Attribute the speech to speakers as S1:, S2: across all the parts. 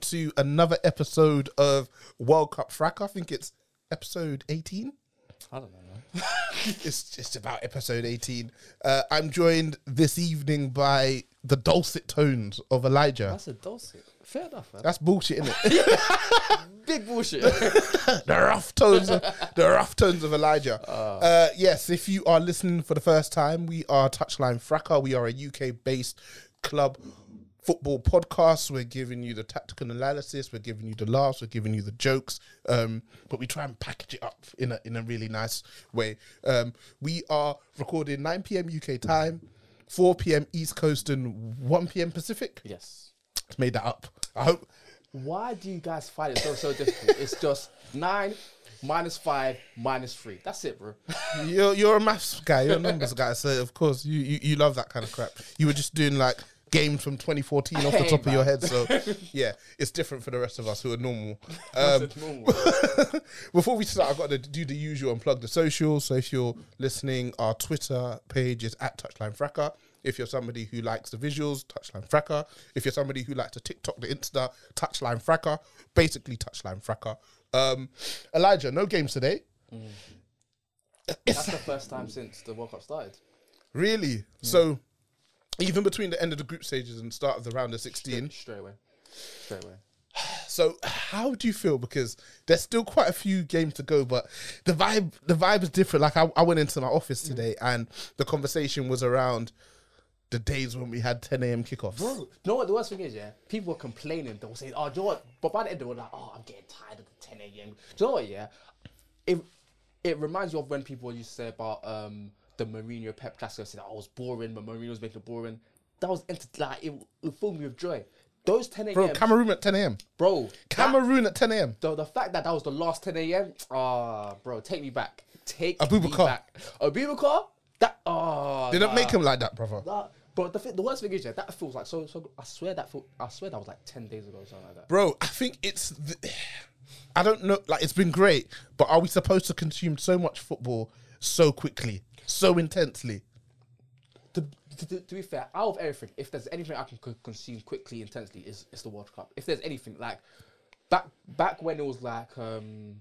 S1: to another episode of World Cup Frack. I think it's episode 18.
S2: I don't know. man.
S1: It's just about episode 18. Uh, I'm joined this evening by the dulcet tones of Elijah. That's,
S2: That's a dulcet. Fair enough, man.
S1: bullshit, isn't it?
S2: Big bullshit.
S1: the rough tones of, the rough tones of Elijah. Uh, yes, if you are listening for the first time, we are Touchline Fracker. We are a UK based club football podcast. We're giving you the tactical analysis, we're giving you the laughs, we're giving you the jokes. Um, but we try and package it up in a in a really nice way. Um, we are recording 9 p.m. UK time, 4 p.m. East Coast and 1 p.m. Pacific.
S2: yes.
S1: Made that up. I hope
S2: Why do you guys find it so so difficult? It's just nine minus five minus three. That's it, bro.
S1: You're you're a maths guy, you're a numbers guy, so of course you, you, you love that kind of crap. You were just doing like games from 2014 off the
S2: Hey,
S1: top of your
S2: man.
S1: head, so yeah, it's different for the rest of us who are normal. Um,
S2: Normal.
S1: before we start, I've got to do the usual and plug the socials. So if you're listening, our Twitter page is at Touchline Fracker. If you're somebody who likes the visuals, Touchline Fracker. If you're somebody who likes to TikTok, the Insta, Touchline Fracker. Basically, Touchline Fracker. Um, Elijah, no games today.
S2: That's the first time since the World Cup started.
S1: Really? So even between the end of the group stages and start of the round of 16.
S2: Straight away. Straight away.
S1: So how do you feel? Because there's still quite a few games to go, but the vibe the vibe is different. Like I, I went into my office
S2: Mm.
S1: today and the conversation was around the days when we had 10 a.m. kickoffs.
S2: Bro, you know what the worst thing is, yeah? People were complaining. They were saying, oh, do you know what? But by the end, they were like, oh, I'm getting tired of the 10 a.m. Do you know what, yeah? It, it reminds you of when people used to say about um, the Mourinho Pep Classico, saying, oh, it was boring, but Mourinho was making it boring. That was, enter- like, it, it filled me with joy. Those 10 a.m.
S1: Bro, Cameroon at 10 a.m.
S2: bro that,
S1: Cameroon at 10 a.m.
S2: the, the fact that that was the last 10 a.m., ah, bro, take me back. Take me
S1: Abubakar.
S2: back. Abubakar? That, ah.
S1: They don't
S2: nah.
S1: make him like that, brother.
S2: That, but the, th- the worst thing is, yeah, that feels like so. So I swear that feel, I swear that was like ten days ago or something like that.
S1: Bro, I think it's. The, I don't know. Like, it's been great, but are we supposed to consume so much football so quickly, so intensely?
S2: To, to, to- to be fair, out of everything, if there's anything I can co- consume quickly, intensely, is it's the World Cup. If there's anything like back back when it was like um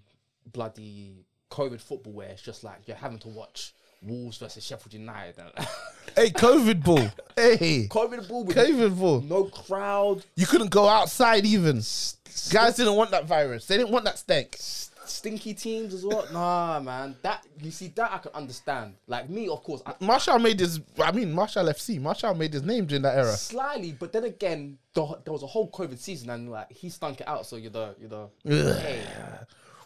S2: bloody COVID football, where it's just like you're having to watch Wolves versus Sheffield United. And
S1: Hey, COVID ball. Hey,
S2: COVID ball with
S1: COVID ball.
S2: no crowd,
S1: You couldn't go outside even. Guys didn't want that virus. They didn't want that stank.
S2: stinky teams as well. nah, man, that you see that I can understand. Like me, of course, I,
S1: Marshall made his. I mean, Marshall FC. Marshall made his name during that era.
S2: Slightly, but then again, the, there was a whole COVID season, and like he stunk it out. So you're the you're the hey,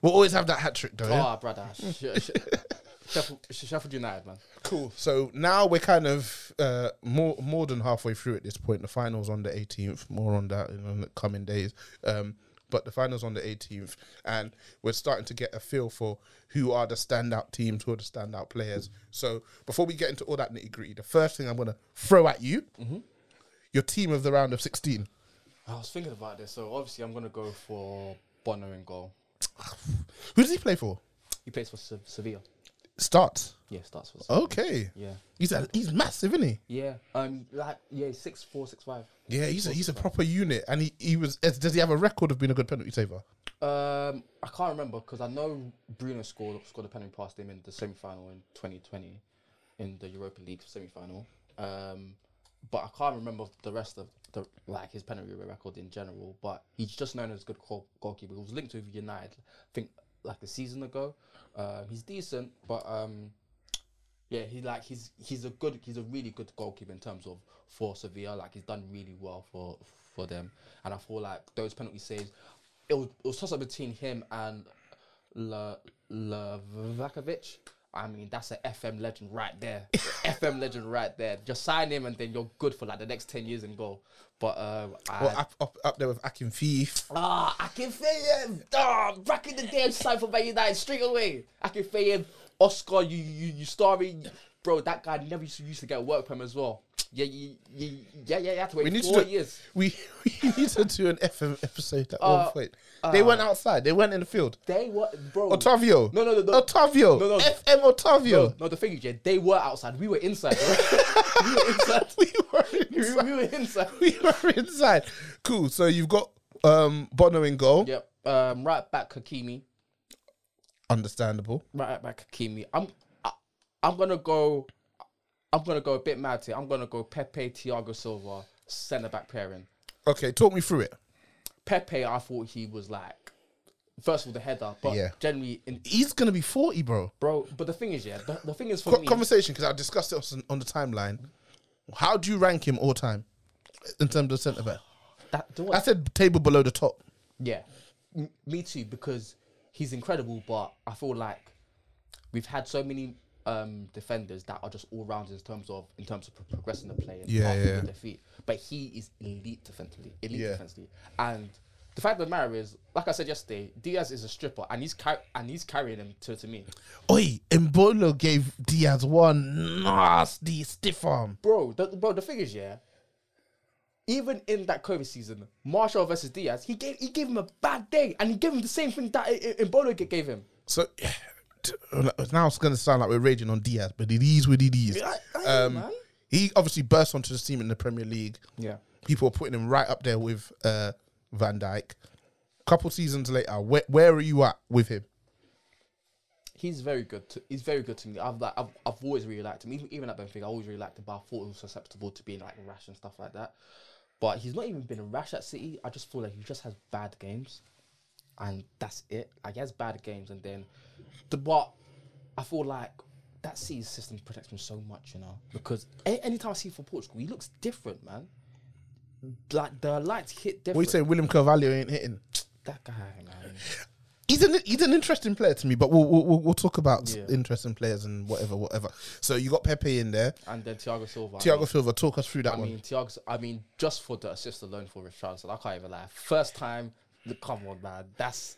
S1: We'll always have that hat trick though. yeah?
S2: ah, brother, sh- sh- Sheffield, Sh- Sheffield United, man.
S1: Cool. So now we're kind of uh, more more than halfway through at this point. The finals on the 18th. More on that in the coming days. Um, but the finals on the 18th, and we're starting to get a feel for who are the standout teams, who are the standout players. So before we get into all that nitty gritty, the first thing I'm gonna throw at you, your team of the round of 16.
S2: I was thinking about this, so obviously I'm gonna go for Bono in goal.
S1: Who does he play for?
S2: He plays for Se- Sevilla.
S1: Start.
S2: Yeah, starts
S1: Oh.
S2: for. Sevilla.
S1: Okay.
S2: Yeah,
S1: He's a, he's massive, isn't he?
S2: yeah, um, like yeah, six four, six five.
S1: Yeah, he's a, he's a proper unit, and he, he was. eh, Does he have a record of being a good penalty saver?
S2: Um, I can't remember because I know Bruno scored scored a penalty past him in the semi final in 2020 in the Europa League semi final. Um, but I can't remember the rest of the like his penalty record in general. But he's just known as a good goal, goalkeeper. He was linked with United, I think, like a season ago. Um, he's decent, but um, Yeah, he's like he's he's a good he's a really good goalkeeper in terms of for Sevilla. Like he's done really well for for them, and I feel like those penalty saves. It was it was toss up between him and Le Levakovic. I mean, that's an FM legend right there. FM legend right there. Just sign him, and then you're good for like the next ten years in goal. But um, I,
S1: Well, up, up, up there with Akin Thief.
S2: Ah, I can feel him. Ah, back in the day, signed for Man United straight away. I can feel him. Oscar, you you you starring, bro. That guy never used to, used to get work from as well. Yeah, you, you, yeah, yeah. You had to wait
S1: We need
S2: four
S1: to do,
S2: years. Uh,
S1: We, we need to do an FM episode at one point. They went outside. They went in the field.
S2: They were, bro.
S1: Otavio.
S2: No, no, no, no.
S1: Otavio.
S2: No, no.
S1: FM Otavio.
S2: No, the thing is, yeah, they were outside. We were inside. bro. we were inside.
S1: We were
S2: We,
S1: inside.
S2: we were inside.
S1: We were inside. Cool. So you've got um, Bono in goal.
S2: Yep. Um, right back, Hakimi.
S1: Understandable.
S2: right back Hakimi. I'm I, I'm gonna go. I'm gonna go a bit mad here. I'm gonna go Pepe, Thiago Silva, centre back pairing.
S1: Okay, talk me through it.
S2: Pepe, I thought he was like, first of all, the header, but
S1: Yeah.
S2: generally, in,
S1: He's going to be 40, bro.
S2: bro. But the thing is, yeah, the, the thing is for
S1: Co-
S2: me,
S1: conversation, because I discussed it on, on the timeline. How do you rank him all time in terms of centre back?
S2: that, do you know
S1: I
S2: what?
S1: said table below the top.
S2: yeah, M- me too, because he's incredible. But I feel like we've had so many um, defenders that are just all rounds in terms of in terms of pro- progressing the play and
S1: Yeah,
S2: half
S1: yeah.
S2: the defeat. But he is elite defensively, elite
S1: Yeah.
S2: defensively, and the fact of the matter is, like I said yesterday, Diaz is a stripper, and he's car- and he's carrying him to to me,
S1: Oi, Mbolo gave Diaz one nasty stiff arm.
S2: bro. The, bro, the thing is, yeah. Even in that COVID season, Marshall versus Diaz, he gave he gave him a bad day, and he gave him the same thing that I- I- Embolo g- gave him.
S1: So t- now it's going to sound like we're raging on Diaz, but it is what it is.
S2: I- I know,
S1: Um,
S2: man.
S1: he obviously burst onto the team in the Premier League.
S2: Yeah.
S1: People are putting him right up there with uh, Van Dijk. Couple seasons later, where, where are you at with him?
S2: he's very good. To, he's very good to me. I've like I've, I've always really liked him. Even even at Benfica, I always really liked him. But I thought he was susceptible to being like rash and stuff like that. But he's not even been rash at City. I just feel like he just has bad games, and that's it. Like he has bad games, and then the but I feel like that City system protects him so much, you know, because a- anytime I see him for Portugal, he looks different, man. Like the lights hit different.
S1: What you say, William Carvalho ain't hitting?
S2: That guy, man.
S1: He's an he's an interesting player to me, but we'll we'll, we'll- we'll talk about
S2: Yeah.
S1: interesting players and whatever whatever. So you got Pepe in there,
S2: And then Thiago Silva. I mean,
S1: Thiago Silva. Talk us through that
S2: I
S1: one.
S2: mean, Thiago. I mean, just for the assist alone for Richardson, I can't even lie. First time, come on, man. That's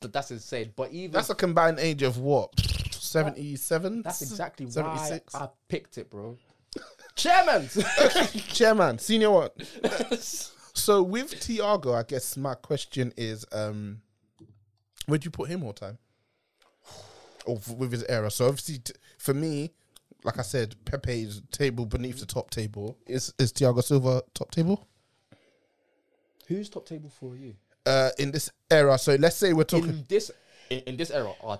S2: th- that's insane. But even
S1: That's
S2: that's,
S1: a combined age of what? 77?
S2: exactly why
S1: 76?
S2: I picked it, bro. Chairman.
S1: Chairman, senior one. so with Tiago, I guess my question is um, where'd you put him all time? Or f- with his era. So obviously, t- for me, like I said, Pepe's table beneath the top table. Is is Thiago Silva top table?
S2: Who's top table for you
S1: Uh, in this era, so let's say we're talking.
S2: in this in, in this era? Are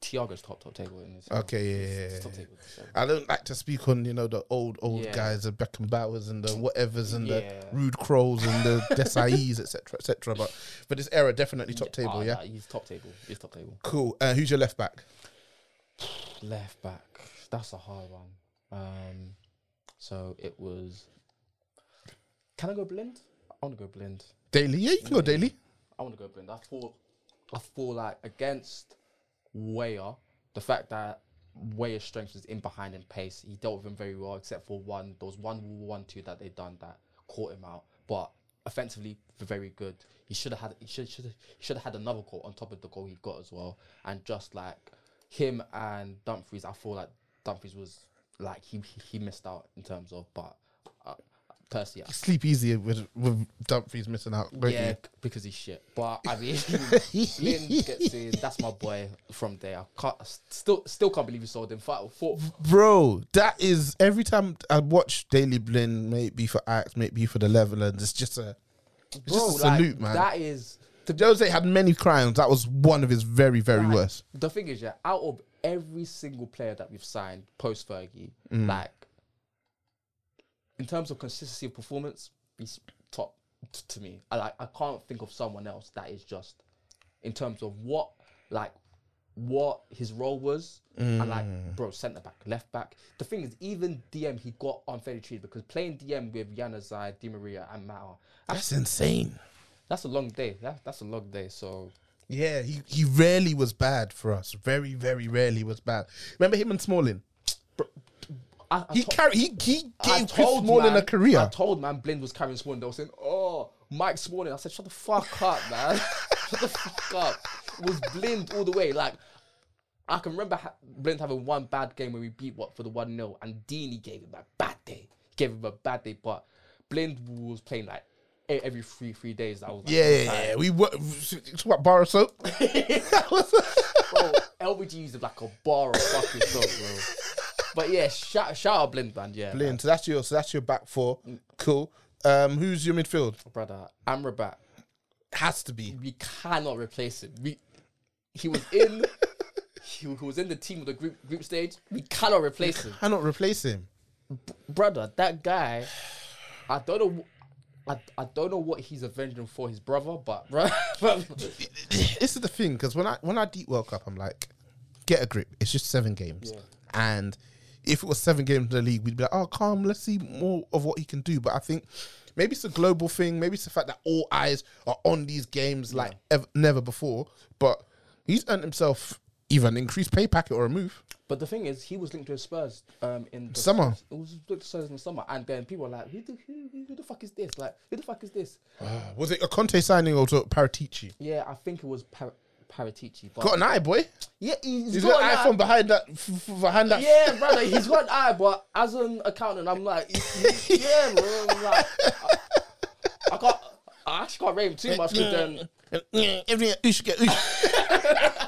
S2: Thiago's top top table in this? era.
S1: Okay, yeah, yeah, yeah,
S2: Top
S1: yeah.
S2: table. this era.
S1: I don't like to speak on you know the old old
S2: Yeah.
S1: guys, the Beckenbauers and the whatevers and
S2: Yeah.
S1: the rude crows and the Desai's etc etc. But but this era definitely top table,
S2: Ah,
S1: yeah.
S2: nah, he's top table. He's top table.
S1: Cool. Uh, who's your left back?
S2: Left back. That's a hard one. Um, so it was. Can I go blind? I want to go blind.
S1: Daily. Yeah, you can go daily.
S2: I want to go blind. I feel, I feel like against Weyer, the fact that Weyer's strength is in behind and pace, he dealt with him very well, except for one. There was one one two that they done that caught him out, but offensively very good. He should have had he should should should have had another goal on top of the goal he got as well, and just like him and Dumfries, I feel like Dumfries was like he he missed out in terms of, but uh, personally, I
S1: Sleep easier with with Dumfries missing out. Don't
S2: yeah,
S1: you?
S2: c- because he's shit. But I mean, Lin gets in. That's my boy from there. I can't, I s- still, still can't believe you sold him. Fight for
S1: Bro, that is every time I watch Daily Blin, maybe for Ajax, maybe for the Leverlands, it's just a, it's
S2: bro,
S1: just a
S2: like,
S1: salute, man.
S2: That is the,
S1: Jose had many crimes. That was one of his very, very worst.
S2: the thing is, yeah. Out of every single player that we've signed post Fergie, like in terms of consistency of performance, he's top t- to me. I like, I can't think of someone else that is just in terms of what like what his role was. And like, bro, centre back, left back. The thing is, even DM he got unfairly treated because playing DM with Yanazai, Di Maria, and Mata, that's,
S1: That's insane.
S2: that's a long day. That, that's a long day. So
S1: Yeah, he, he rarely was bad for us. Very, very rarely was bad. Remember him and Smalling?
S2: I, I
S1: He
S2: to-
S1: carried, he, he
S2: I
S1: gave Chris Smalling
S2: man,
S1: a career.
S2: I told man Blind was carrying Smalling. They were saying, "Oh, Mike Smalling." I said, "Shut the fuck up, man! Shut the fuck up!" It was Blind all the way. Like I can remember ha- Blind having one bad game when we beat what for the one 0 and Deeney gave him a bad day. Gave him a bad day, but Blind was playing like e- every three three days. I was like,
S1: yeah, yeah, yeah. We were, it's what, bar of soap?
S2: bro, LBG is like a bar of fucking stuff, bro. But yeah, shout, shout out Blind, man. Yeah,
S1: Brilliant. So that's your, so that's your back four. Cool. Um, who's your midfield?
S2: brother, Amrabat.
S1: Has to be.
S2: we cannot replace him. We, he was in, he, he was in the team of the group group stage. We cannot replace him,
S1: Cannot replace him.
S2: brother. That guy, I don't know, wh- I, I don't know what he's avenging for his brother, but bro,
S1: this is the thing because when I when I deep World Cup, I'm like, get a grip. It's just seven games, and if it was seven games in the league, we'd be like, oh, calm. Let's see more of what he can do. But I think maybe it's a global thing. Maybe it's the fact that all eyes are on these games like ever, never before. But he's earned himself either an increased pay packet or a move.
S2: but the thing is, he was linked to his Spurs um in the
S1: Summer.
S2: It was linked to Spurs in the summer, and then people were like, who the who, who, who the fuck is this? Like, who the fuck is this?
S1: Was it a Conte signing or was it Paratici?
S2: Yeah, I think it was Par- Paratici, but
S1: Got an eye, boy.
S2: yeah, he's,
S1: He's
S2: got
S1: got an eye from behind that f- f- behind that.
S2: Yeah, brother, he's got an eye, but as an accountant, I'm like, yeah, bro. I'm like, I, I can't, I actually can't rate him too much because then
S1: Everything you should get.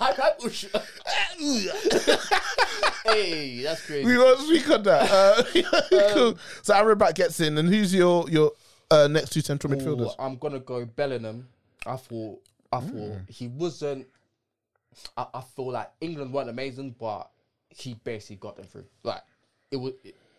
S2: I can't. push. hey, that's
S1: we
S2: crazy.
S1: won't speak on that.
S2: Um,
S1: Uh, cool. So Amrabat gets in, and who's your your uh, next two central midfielders?
S2: Ooh, I'm gonna go Bellingham. I thought, I thought he wasn't. I, I feel like England weren't amazing, but he basically got them through. Like it was,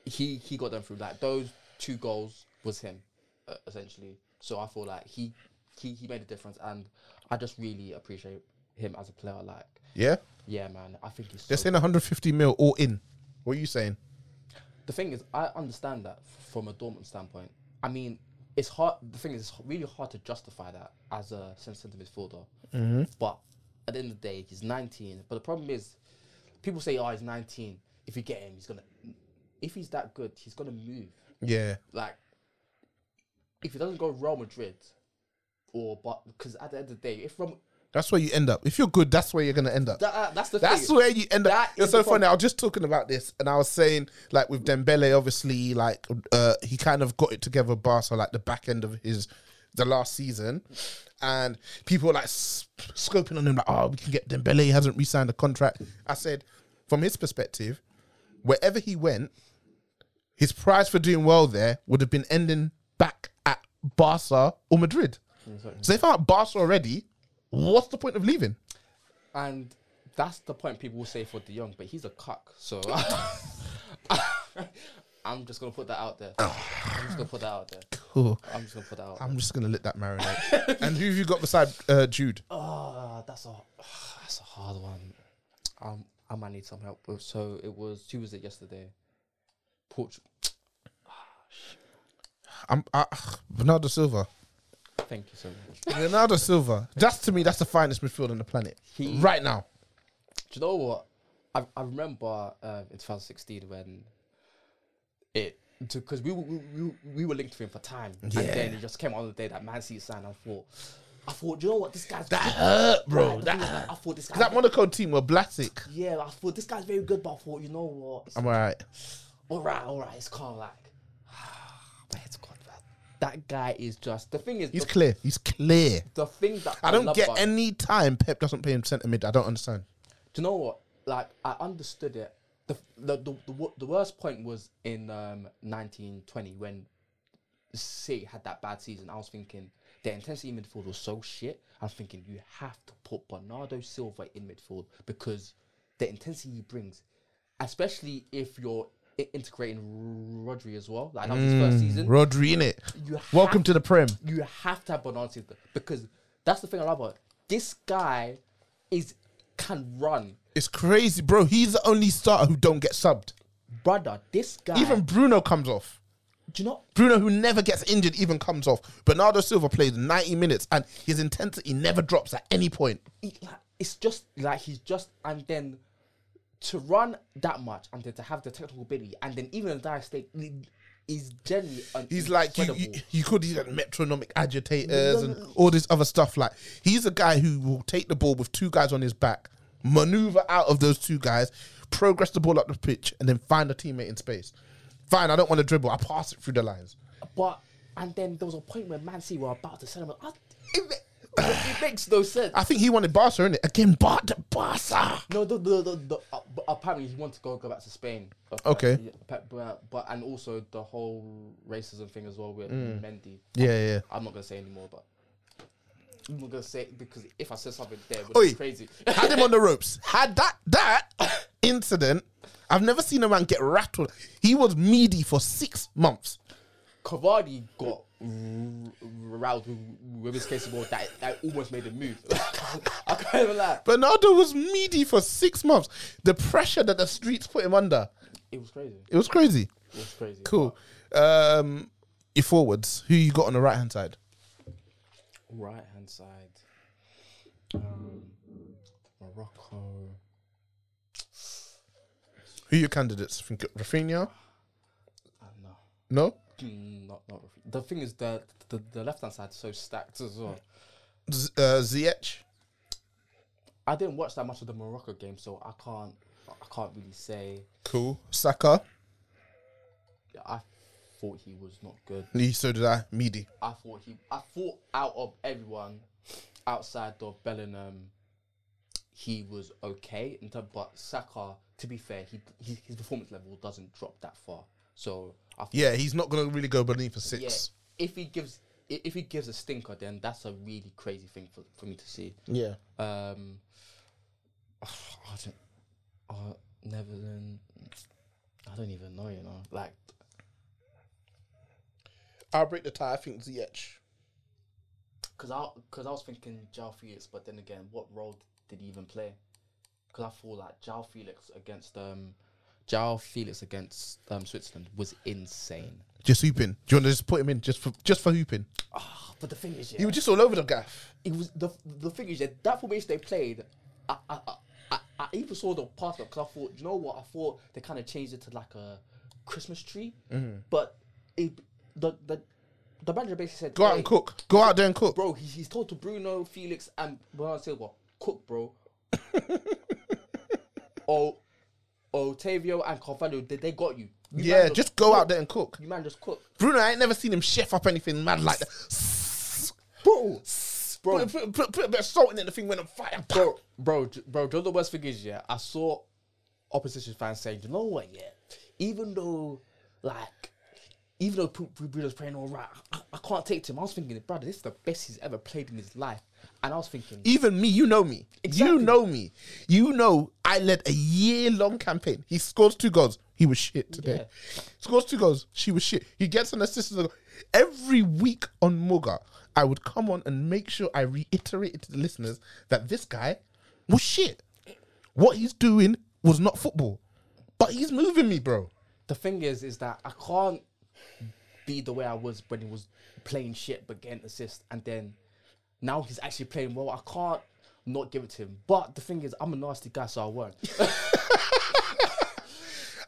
S2: he he got them through. Like those two goals was him, uh, essentially. So I feel like he he he made a difference, and I just really appreciate him as a player. Like,
S1: Yeah,
S2: yeah, man, I think he's. So
S1: they're saying 150 mil all in. What are you saying?
S2: the thing is, I understand that f- from a Dortmund standpoint. I mean, it's hard. The thing is, it's h- really hard to justify that as a centre midfielder. But at the end of the day, he's 19. But the problem is, people say, "Oh, he's 19. If you get him, he's gonna. If he's that good, he's gonna move.
S1: Yeah,
S2: Like, if he doesn't go Real Madrid, or but because at the end of the day, if Real,
S1: that's where you end up. If you're good, that's where you're gonna end up.
S2: that, uh, that's the
S1: That's
S2: thing.
S1: where you end up.
S2: That
S1: It's
S2: is
S1: so
S2: the
S1: funny.
S2: problem.
S1: I was just talking about this, and I was saying like with Dembele, obviously, like uh, he kind of got it together, with Barca, like the back end of his the last season, and people were like s- scoping on him like, oh, we can get Dembele. He hasn't re-signed a contract. I said, from his perspective, wherever he went, his prize for doing well there would have been ending back at Barca or Madrid. So they found out Barca already. What's the point of leaving?
S2: And that's the point people will say for De Jong, but he's a cuck. So I'm just gonna put that out there. I'm just gonna put that out there.
S1: Cool.
S2: I'm just gonna put that out. There.
S1: I'm just gonna let that marinate. and who have you got beside uh, Jude?
S2: Oh, that's a that's a hard one. Um, I might need some help with. So it was who was it yesterday? Portugal.
S1: I'm uh, Bernardo Silva.
S2: Thank you so much. Do
S1: Bernardo Silva. That's to me. That's the finest midfield on the planet
S2: He-
S1: right now.
S2: you know what? I I remember uh, in 2016 when it because we, were- we we we were linked to him for time, and then he just came on the day that Man City signed. I thought, I thought, you know what? This guy's
S1: That hurt, bro.
S2: Right,
S1: That
S2: I,
S1: hurt.
S2: thought, I thought this guy.
S1: That Monaco team were blastic.
S2: yeah, I thought this guy's very good, but I thought you know what? It's-
S1: I'm alright.
S2: all right, all right, it's calm. Like, but it's gone, man. That guy is just the thing is
S1: He's
S2: the,
S1: clear. He's clear.
S2: the thing that
S1: I don't
S2: love
S1: get
S2: about him-
S1: any time Pep doesn't play him centre mid. I don't understand.
S2: Do you know what? Like I understood it. The the the, the, wo- the worst point was in um 1920 when City had that bad season. I was thinking the intensity in midfield was so shit. I'm thinking you have to put Bernardo Silva in midfield because the intensity he brings, especially if you're i- integrating Rodri as well. Like that was his first season.
S1: Rodri in it.
S2: You
S1: Welcome
S2: have-
S1: to the Prem.
S2: you have to have Bernardo Silva because That's the thing I love about it. this guy is can run,
S1: It's crazy, bro. He's the only starter who don't get subbed.
S2: brother. This guy,
S1: Even Bruno comes off.
S2: do you know?
S1: Bruno, who never gets injured, even comes off. Bernardo Silva plays 90 minutes and his intensity never drops at any point.
S2: it, like, it's just like he's just and then to run that much and then to have the technical ability and then even in that state is generally an
S1: He's like you, you,
S2: incredible-
S1: you could use like metronomic agitators and all this other stuff. Like he's a guy who will take the ball with two guys on his back, maneuver out of those two guys, progress the ball up the pitch, and then find a teammate in space. Fine, I don't want to dribble. I pass it through the lines.
S2: but and then there was a point where Man City were about to sell him. I, it, ma- it makes no sense.
S1: I think he wanted Barca, innit? Again, Bar- Barca.
S2: No, the, the, the, the, uh, but apparently he wants to go go back to Spain.
S1: Okay.
S2: Yeah, But, but, but- and also the whole racism thing as well with Mendy.
S1: Mm. Yeah, yeah.
S2: I'm not gonna say anymore, but I'm not gonna say because if I said something there, it would
S1: Oi,
S2: be crazy.
S1: had him on the ropes. Had that that incident. I've never seen a man get rattled. He was meaty for six months.
S2: Cavani got r- riled with, with his case ball that, that almost made him move. I can't even lie.
S1: Bernardo was meaty for six months. The pressure that the streets put him under,
S2: It was crazy.
S1: it was crazy.
S2: It was crazy.
S1: Cool. Um, your forwards, who you got on the right hand side?
S2: Right hand side. Um, Morocco.
S1: Who your candidates? Think Rafinha?
S2: I don't know.
S1: No,
S2: Ah, Mm, Not, not Rafi- the thing is the the, the left hand side is so stacked as well.
S1: Z- uh, Ziyech.
S2: I didn't watch that much of the Morocco game, so I can't I can't really say.
S1: Cool. Saka.
S2: I thought he was not good.
S1: Me, So did I. Meaty.
S2: I thought he. I thought out of everyone, outside of Bellingham, he was okay. In term, but Saka, to be fair, he, he his performance level doesn't drop that far. So I thought,
S1: Yeah, he's not gonna really go beneath a
S2: yeah,
S1: six.
S2: if he gives i- if he gives a stinker, then that's a really crazy thing for, for me to see.
S1: Yeah.
S2: Um, I don't. Uh, Neverland. I don't even know. You know, like
S1: I'll break the tie. I think Ziyech.
S2: Cause I, cause I was thinking Jao Felix, but then again, what role did he even play? Cause I feel like Jao Felix against um, Jao Felix against um Switzerland was insane.
S1: Just hooping. Do you want to just put him in just for just for hooping?
S2: Ah, but the thing is, yeah,
S1: He was just all over the gaff.
S2: it was the the thing is that that formation they played. I I, I, I, I even saw the pass because I thought, you know what? I thought they kind of changed it to like a Christmas tree, but it the the the manager basically said,
S1: Go out and
S2: "Hey,
S1: cook. Go out there and cook.
S2: bro. He's, he's told to Bruno, Felix, and Bernardo Silva, cook, bro. oh, Otavio and Carvalho, they, they got you. you
S1: yeah,
S2: man
S1: just go out there and cook.
S2: You man, just cook,
S1: Bruno, I ain't never seen him chef up anything mad like that.
S2: bro, bro,
S1: Put, put, put, put a bit of salt in it, the thing went on fire.
S2: bro, bro, j- bro. do you know The worst thing is, yeah, I saw opposition fans saying, you know what, yeah, even though, like. Even though Bru- Bru- Bruno's playing all right, I, I can't take to him. I was thinking, brother, this is the best he's ever played in his life. And I was thinking,
S1: Even me, you know me. You
S2: Exactly.
S1: know me. You know I led a year long campaign. He scores two goals. He was shit today. Scores two goals. She was shit. He gets an assist. to the goal. Every week on Muga, I would come on and make sure I reiterated to the listeners that this guy was shit. What he's doing was not football. But he's moving me, bro.
S2: the thing is, is that I can't be the way I was when he was playing shit but getting assists, and then now he's actually playing well. I can't not give it to him. But the thing is, I'm a nasty guy, so I won't.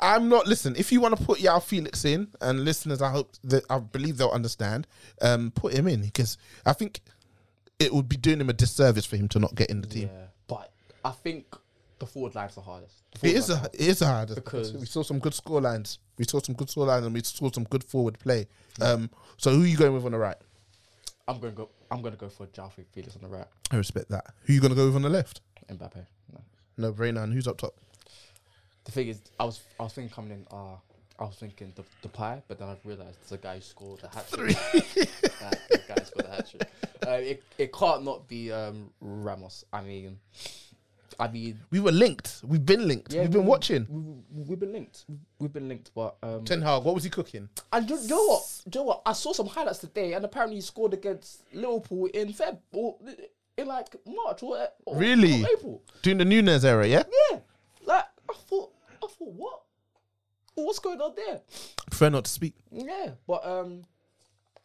S1: I'm not. Listen, if you want to put Yao Felix in, and listeners, I hope that I believe they'll understand. Um, put him in because I think it would be doing him a disservice for him to not get in the team.
S2: yeah, but I think the forward line's the hardest. The
S1: It
S2: forward
S1: is
S2: line's
S1: a it is a hard because
S2: Because-
S1: we saw some good score lines. We saw some good score lines and we saw some good forward play. Um, so who are you going with on the right?
S2: the- I'm gonna go. I'm gonna go for Jao Felix on the right.
S1: I respect that. Who you gonna go with on the left?
S2: Mbappe. No.
S1: No brainer. And who's up top?
S2: The thing is, I was I was thinking coming in. Uh, I was thinking the, the pie, but then I've realised there's a guy who scored the hat trick. Like, the Uh, guy who scored the hat trick. Uh, it, it can't not be um, Ramos. I mean, I mean,
S1: We were linked. We've been linked.
S2: yeah,
S1: We've been
S2: we-
S1: watching.
S2: We, have been linked. We've been linked, but um,
S1: Ten Hag, what was he cooking?
S2: and you, you know what? You know what? I saw some highlights today, and apparently he scored against Liverpool in Feb or in like March or, or
S1: Really?
S2: or April.
S1: Doing the Nunes era, yeah?
S2: Yeah, like I thought. I thought what? What's going on there?
S1: Prefer not to speak.
S2: Yeah, but um,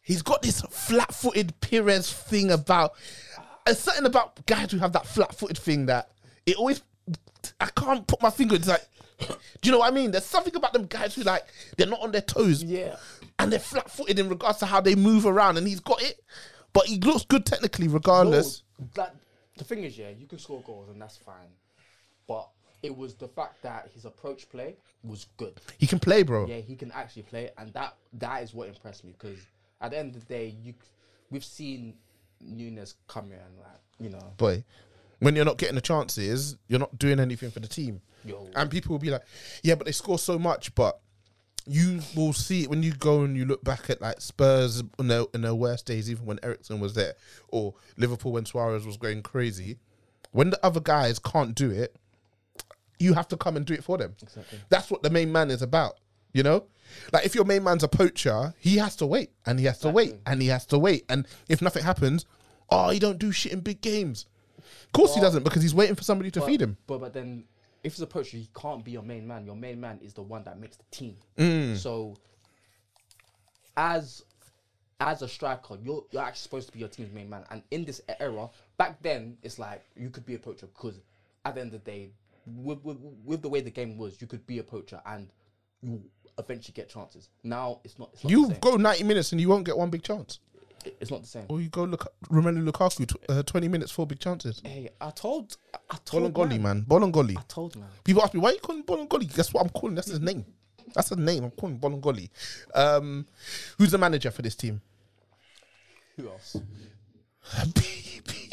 S1: He's got this flat footed Perez thing about. There's something about guys who have that flat footed thing that it always. I can't put my finger. It's like. Do you know what I mean? There's something about them guys who, like, they're not on their toes.
S2: yeah,
S1: And they're flat footed in regards to how they move around, and he's got it. But he looks good technically, regardless.
S2: No, like oh, the thing is, yeah, you can score goals and that's fine, but it was the fact that his approach play was good.
S1: He can play, bro.
S2: Yeah, he can actually play, and that that is what impressed me because at the end of the day, you we've seen Nunes come here and like you know
S1: boy, when you're not getting the chances, you're not doing anything for the team.
S2: Yo.
S1: And people will be like, yeah, but they score so much. But you will see it when you go and you look back at like Spurs in their, in their worst days, even when Ericsson was there, or Liverpool when Suarez was going crazy. When the other guys can't do it, you have to come and do it for them. Exactly. That's what the main man is about. You know, like if your main man's a poacher, he has to wait and he has to wait and he has to wait. And if nothing happens, oh, he don't do shit in big games. Of course he doesn't because he's waiting for somebody to feed him.
S2: But but then if it's a poacher, he can't be your main man. Your main man is the one that makes the team.
S1: Mm.
S2: So as as a striker, you're you're actually supposed to be your team's main man. And in this era, back then, it's like you could be a poacher because at the end of the day, with, with with the way the game was, you could be a poacher and you eventually get chances. Now it's not. It's not
S1: You
S2: the same.
S1: go 90 minutes and you won't get one big chance.
S2: It's not the same.
S1: Or you go look Romelu Lukaku tw- uh, 20 minutes four big chances.
S2: Hey, I told I- I told
S1: Bolongoli,
S2: man.
S1: man. Bolongoli.
S2: I told man.
S1: People ask me, why are you calling Bolongoli? That's what I'm calling. That's his name. That's his name. I'm calling Bolongoli. Um, who's the manager for this team?
S2: Who else?
S1: Habibi.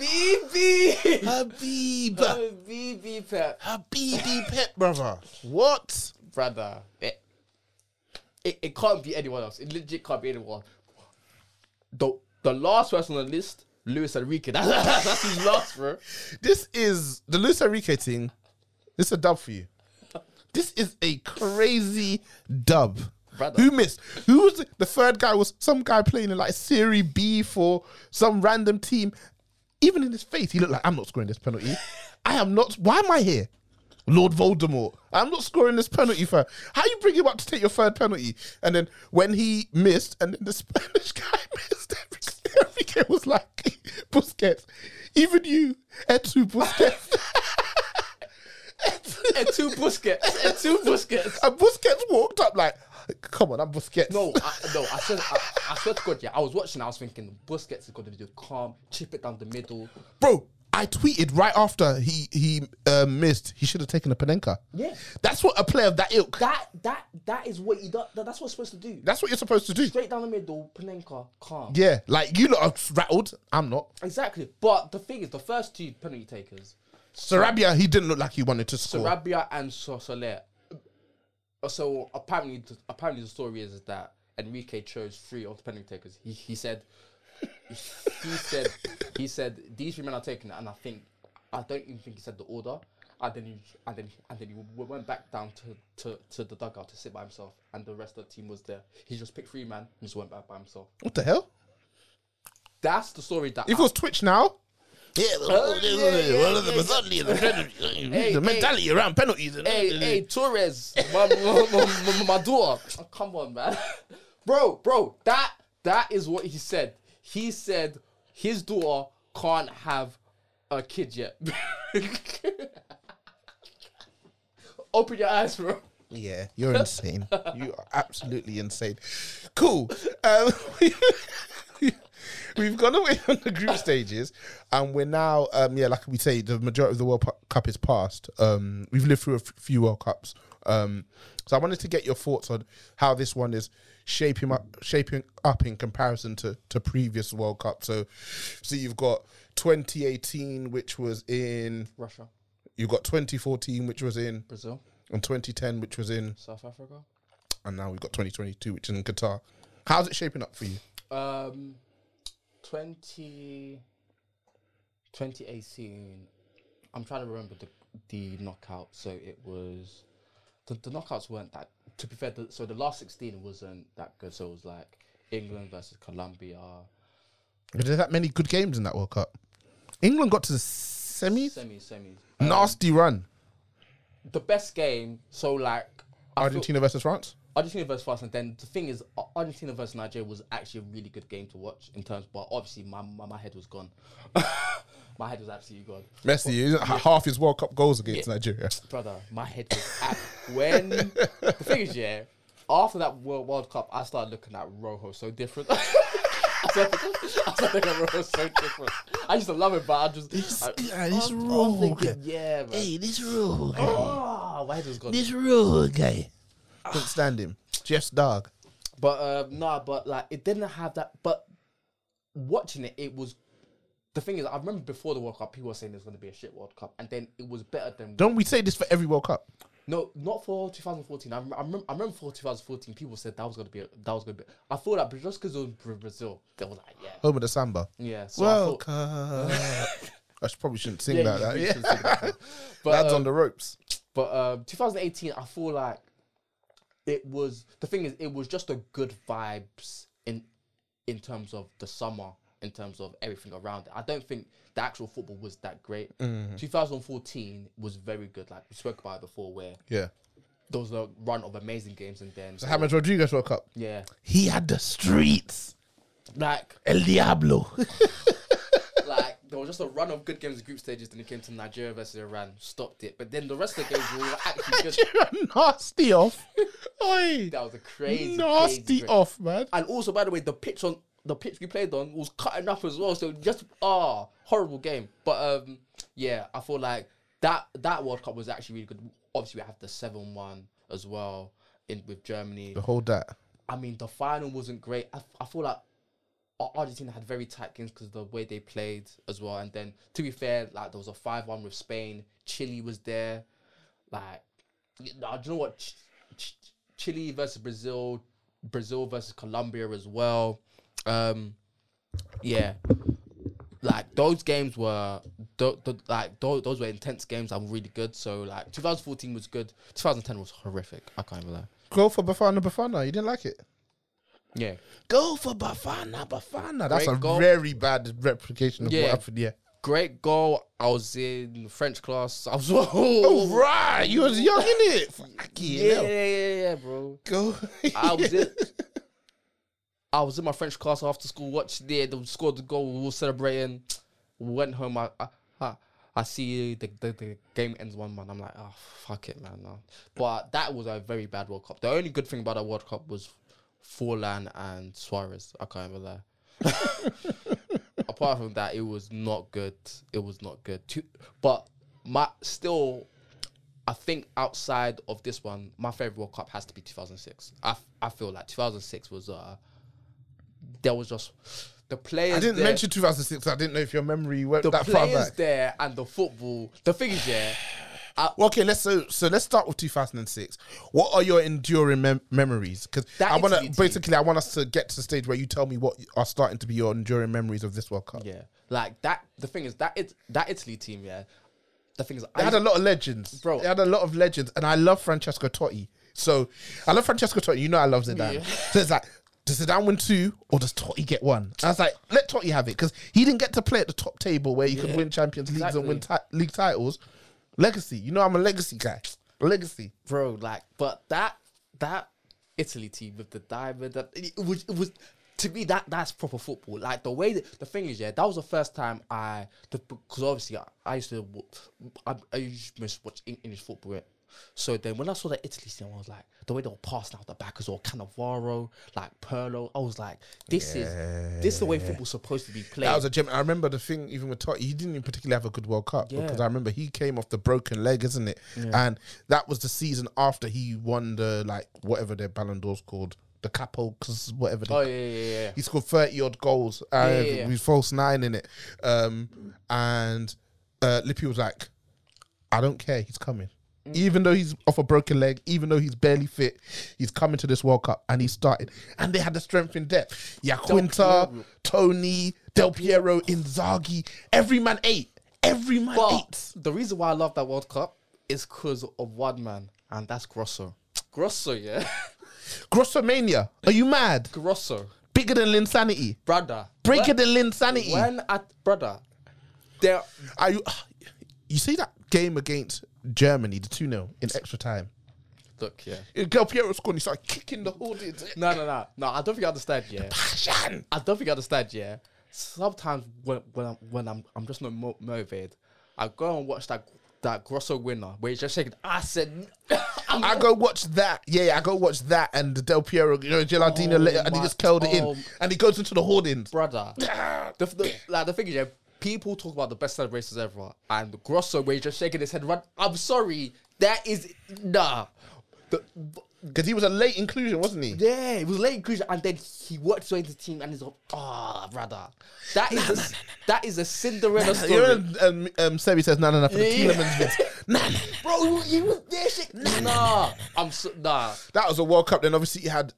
S2: Habibi.
S1: Habib.
S2: Uh, Oh, Habibi Pep.
S1: Habibi Pep, brother. What?
S2: brother, it, it it can't be anyone else. It legit can't be anyone. The the last person on the list, Luis Enrique. That's, that's his last, bro.
S1: This is the Luis Enrique thing. This is a dub for you. This is a crazy dub.
S2: Brother.
S1: Who missed? Who was the, the third guy? Was some guy playing in like Serie B for some random team? Even in his face, he looked like I'm not scoring this penalty. I am not. Why am I here, Lord Voldemort? I'm not scoring this penalty for. How you bring him up to take your third penalty? And then when he missed, and then the Spanish guy missed, Enrique was like Busquets. Even you, Etu Busquets. Etu-
S2: And two Busquets. And two Busquets.
S1: and Busquets walked up like, come on, I'm Busquets.
S2: No, I, no, I said, I, I swear to God, yeah. I was watching, I was thinking, Busquets is going to do calm, chip it down the middle.
S1: Bro, I tweeted right after he he uh, missed, he should have taken a Penenka.
S2: Yeah.
S1: That's what a player of that ilk,
S2: That, that, that is what you do. That, that's what it's supposed to do.
S1: that's what you're supposed to do.
S2: Straight down the middle, Panenka, calm.
S1: Yeah, like you lot are rattled. I'm not.
S2: Exactly. But the thing is, the first two penalty takers,
S1: Sarabia, he didn't look like he wanted to score.
S2: Sarabia and Sosolé. So apparently, apparently the story is that Enrique chose three of the penalty takers. He, he said, he said, he said these three men are taking it, and I think I don't even think he said the order. And then he and then and then he w- went back down to, to, to the dugout to sit by himself, and the rest of the team was there. He just picked three men and just went back by himself.
S1: what the hell?
S2: That's the story that
S1: If it
S2: I-
S1: was Twitch now. Yeah,
S2: Oh, yeah, yeah, yeah. Hey, hey.
S1: around penalties. and-
S2: hey, hey, Torres, my, my, my, my, my daughter. Oh, come on, man, bro, bro. That that is what he said. He said his daughter can't have a kid yet. Open your eyes, bro.
S1: Yeah, you're insane. you are absolutely insane. Cool. Um, we- we've gone away from the group stages, and we're now, um, yeah, like we say, the majority of the World Pu- Cup is past. Um, we've lived through a f- few World Cups, um, so I wanted to get your thoughts on how this one is shaping up, shaping up in comparison to to previous World Cup. So, so you've got 2018, which was in,
S2: Russia,
S1: you've got 2014, which was in,
S2: Brazil,
S1: and 2010, which was in
S2: South Africa.
S1: and now we've got 2022, which is in Qatar. How's it shaping up for you?
S2: Um, 20, 2018 I'm trying to remember the the knockout. So it was the, the knockouts weren't that. To be fair, the, so the last sixteen wasn't that good. So it was like England versus Colombia.
S1: But There's that many good games in that World Cup. England got to the semis.
S2: Semi, semis.
S1: Nasty run.
S2: The best game. So like I feel-
S1: Argentina versus France.
S2: Argentina versus France, and then the thing is, Ar- Argentina versus Nigeria was actually a really good game to watch in terms, but obviously my my, my head was gone. my head was absolutely gone,
S1: Messi is half his World Cup goals against
S2: Yeah.
S1: Nigeria.
S2: brother. My head was at when the thing is, yeah. After that World, World Cup, I started looking at Rojo so different. I started I started looking at Rojo so different. I used to love it, but I just I,
S3: yeah, this
S2: I'm- I'm
S3: Rojo
S2: thinking,
S3: guy.
S2: yeah, man.
S3: Hey, this rule guy.
S2: Ah, my head was gone.
S3: This rule guy.
S1: Couldn't stand him. Jeff's dog.
S2: But uh, nah, but like it didn't have that. But watching it, it was the thing is I remember before the World Cup, people were saying there's going to be a shit World Cup, and then it was better than
S1: Don't we say this for every World Cup?
S2: no, not for 2014. I, rem- I, remember, I remember for 2014, people said that was going to be a- that was going to be. I thought that just because it was Bra- Brazil, they were like, yeah,
S1: Home of the Samba.
S2: yeah. So I
S1: World
S2: thought-
S1: Cup. I should, probably shouldn't sing
S2: yeah,
S1: like
S2: you-
S1: that.
S2: you
S1: Yeah.
S2: should say that. But,
S1: Lads
S2: uh,
S1: on the ropes.
S2: But uh, 2018, I feel like it was the thing is it was just a good vibes in in terms of the summer, in terms of everything around it. I don't think the actual football was that great. 2014 was very good. Like we spoke about it before, where
S1: Yeah.
S2: there was a run of amazing games, and then
S1: So James Rodriguez World Cup.
S2: yeah,
S3: He had the streets.
S2: like
S3: El Diablo.
S2: like there was just a run of good games in group stages. Then it came to Nigeria versus Iran, stopped it. But then the rest of the games were all actually good.
S1: Nasty off. Oi.
S2: That was a crazy, crazy
S1: Nasty
S2: break.
S1: off, man.
S2: And also, by the way, the pitch on the pitch we played on was cutting up as well. So just ah, horrible game. But um, yeah, I feel like that that World Cup was actually really good. Obviously, we have the seven one as well in with Germany.
S1: Behold that.
S2: I mean, the final wasn't great. I, I feel like Ar- Argentina had very tight games because the way they played as well. And then to be fair, like there was a five one with Spain. Chile was there. Like, y- nah, do you know what? Ch- Ch- Chile versus Brazil, Brazil versus Colombia as well. Um, yeah, like those games were th- th- like th- those were intense games. I'm really good. So like 2014 was good. 2010 was horrific. I can't even lie.
S1: Go for Bafana Bafana. You didn't like it?
S2: Yeah.
S3: Go for Bafana, Bafana.
S1: Nah, that's
S2: Great
S1: a
S2: goal.
S1: very bad replication of
S2: Yeah.
S1: what happened. Yeah.
S2: great goal. I was in French class. I was
S1: Oh, right. You was young, innit? Fuck
S2: yeah, yeah,
S1: yeah.
S2: yeah, yeah, bro.
S1: Go.
S2: I was in. I was in my French class after school. Watched there. They scored the goal. We were celebrating. Went home. I. I, I I see the, the, the game ends one man. I'm like, oh fuck it, man. no." But that was a very bad World Cup. The only good thing about that World Cup was Forlan and Suarez. I can't even lie. apart from that, it was not good. It was not good. Two, but my still, I think outside of this one, my favorite World Cup has to be 2006. I, f- I feel like 2006 was uh, there was just the players.
S1: I didn't
S2: there,
S1: mention 2006. I didn't know if your memory went
S2: the
S1: that far
S2: players
S1: back.
S2: there and the football. The thing is, yeah,
S1: Well, okay, let's so so let's start with 2006. What are your enduring mem- memories? Because
S2: That
S1: I want
S2: Italy
S1: to
S2: team.
S1: basically I want us to get to the stage where you tell me what are starting to be your enduring memories of this World Cup.
S2: yeah, like that. The thing is that it that Italy team, yeah. The thing is,
S1: They had a lot of legends,
S2: Bro.
S1: They had a lot of legends, and I love Francesco Totti. So I love Francesco Totti. You know I love Zidane.
S2: Yeah.
S1: So it's like, does Zidane win two or does Totti get one? And I was like, let Totti have it because he didn't get to play at the top table where you could win Champions Leagues and win ti- league titles. Legacy, you know I'm a legacy guy. Legacy.
S2: bro. Like, but that that Italy team with the diamond, that it was it was to me that that's proper football. Like the way that, the thing is, yeah, that was the first time I the, because obviously I, I used to w- I, I used to just watch Eng- English football. right? So then when I saw that Italy team, I was like, the way they were passing out the back as well, Cannavaro, like Perlo, I was like, this is this is the way football's supposed to be played.
S1: That was a gem. I remember the thing, even with Totti, he didn't even particularly have a good World Cup because I remember he came off the broken leg, isn't it? And that was the season after he won the like whatever their Ballon d'Or's called, the Capo, cause whatever. they-
S2: oh yeah, yeah, yeah, yeah.
S1: He scored thirty odd goals. Uh,
S2: yeah, yeah.
S1: With false nine in it, um, and uh, Lippi was like, "I don't care. He's coming."
S2: Mm.
S1: Even though he's off a broken leg, even though he's barely fit, he's coming to this World Cup and he started. And they had the strength in depth. Yaquinta, Tony, Del Piero, Inzaghi, every man ate.
S3: Every man
S2: But
S3: eats.
S2: the reason why I love that World Cup is because of one man, and that's Grosso. Grosso, yeah,
S1: Grossomania. Are you mad?
S2: Grosso,
S1: Bigger than Linsanity.
S2: brother.
S1: Bigger
S2: When-
S1: than Linsanity.
S2: When at brother, there.
S1: Are you, you see that game against Germany, the 2 0 in extra time?
S2: Look, yeah.
S1: Del Piero scored and he started kicking the audience.
S2: No, no, no, no. I don't think I understand. Yeah,
S1: Passion.
S2: I don't think I understand. Yeah. Sometimes when when I'm, when I'm I'm just not mo- motivated, I go and watch that that Grosso winner where he's just shaking. I said, I'm
S1: I go watch that. Yeah, yeah, I go watch that and the Del Piero, you know, Gelardino later, and he
S2: my-
S1: just curled it
S2: oh.
S1: in. And he goes into the hoardings.
S2: brother. the, the, like the thing is, yeah, people talk about the best celebrations ever, and Grosso where he's just shaking his head. Run. I'm sorry, that is nah. The,
S1: Because he was a late inclusion, wasn't he?
S2: yeah, it was late inclusion, and then he worked his way into the team, and he's like, ah, brother, that is a, that is a Cinderella story.
S1: You know, um, um, Sebi says, no, no, no, for the
S2: Yeah, yeah.
S1: Tielemans bit. Nah, nah, nah.
S2: Bro, you, you was there shit. Nah, I'm so, nah.
S1: that was a World Cup. Then obviously you had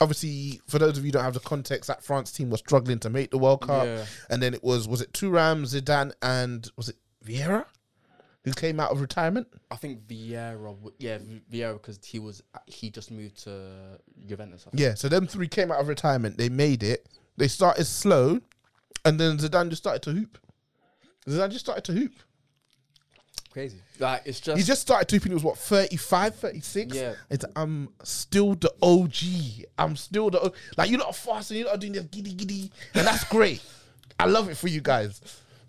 S1: obviously for those of you who don't have the context, that France team was struggling to make the World Cup,
S2: Yeah.
S1: and then it was was it Turam, Zidane, and was it Vieira who came out of retirement?
S2: I think Vieira, w- yeah, V- Vieira, because he was he just moved to Juventus. I think.
S1: Yeah, so them three came out of retirement. They made it. They started slow, and then Zidane just started to hoop. Zidane just started to hoop.
S2: Crazy. Like it's just,
S1: He just started hooping. He was what 35, 36?
S2: Yeah.
S1: It's I'm still the OG. I'm still the O-" like you're not fasting. You're not doing this giddy giddy, and that's great. I love it for you guys.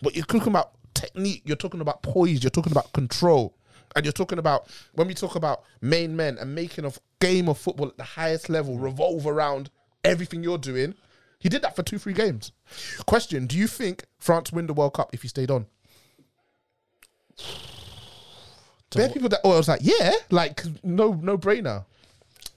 S1: But you're talking about technique. You're talking about poise. You're talking about control, and you're talking about when we talk about main men and making of game of football at the highest level
S2: Mm.
S1: revolve around everything you're doing. He did that for two, three games. Question: Do you think France win the World Cup if he stayed on? There are people that oh, I was like, yeah, like no, no brainer.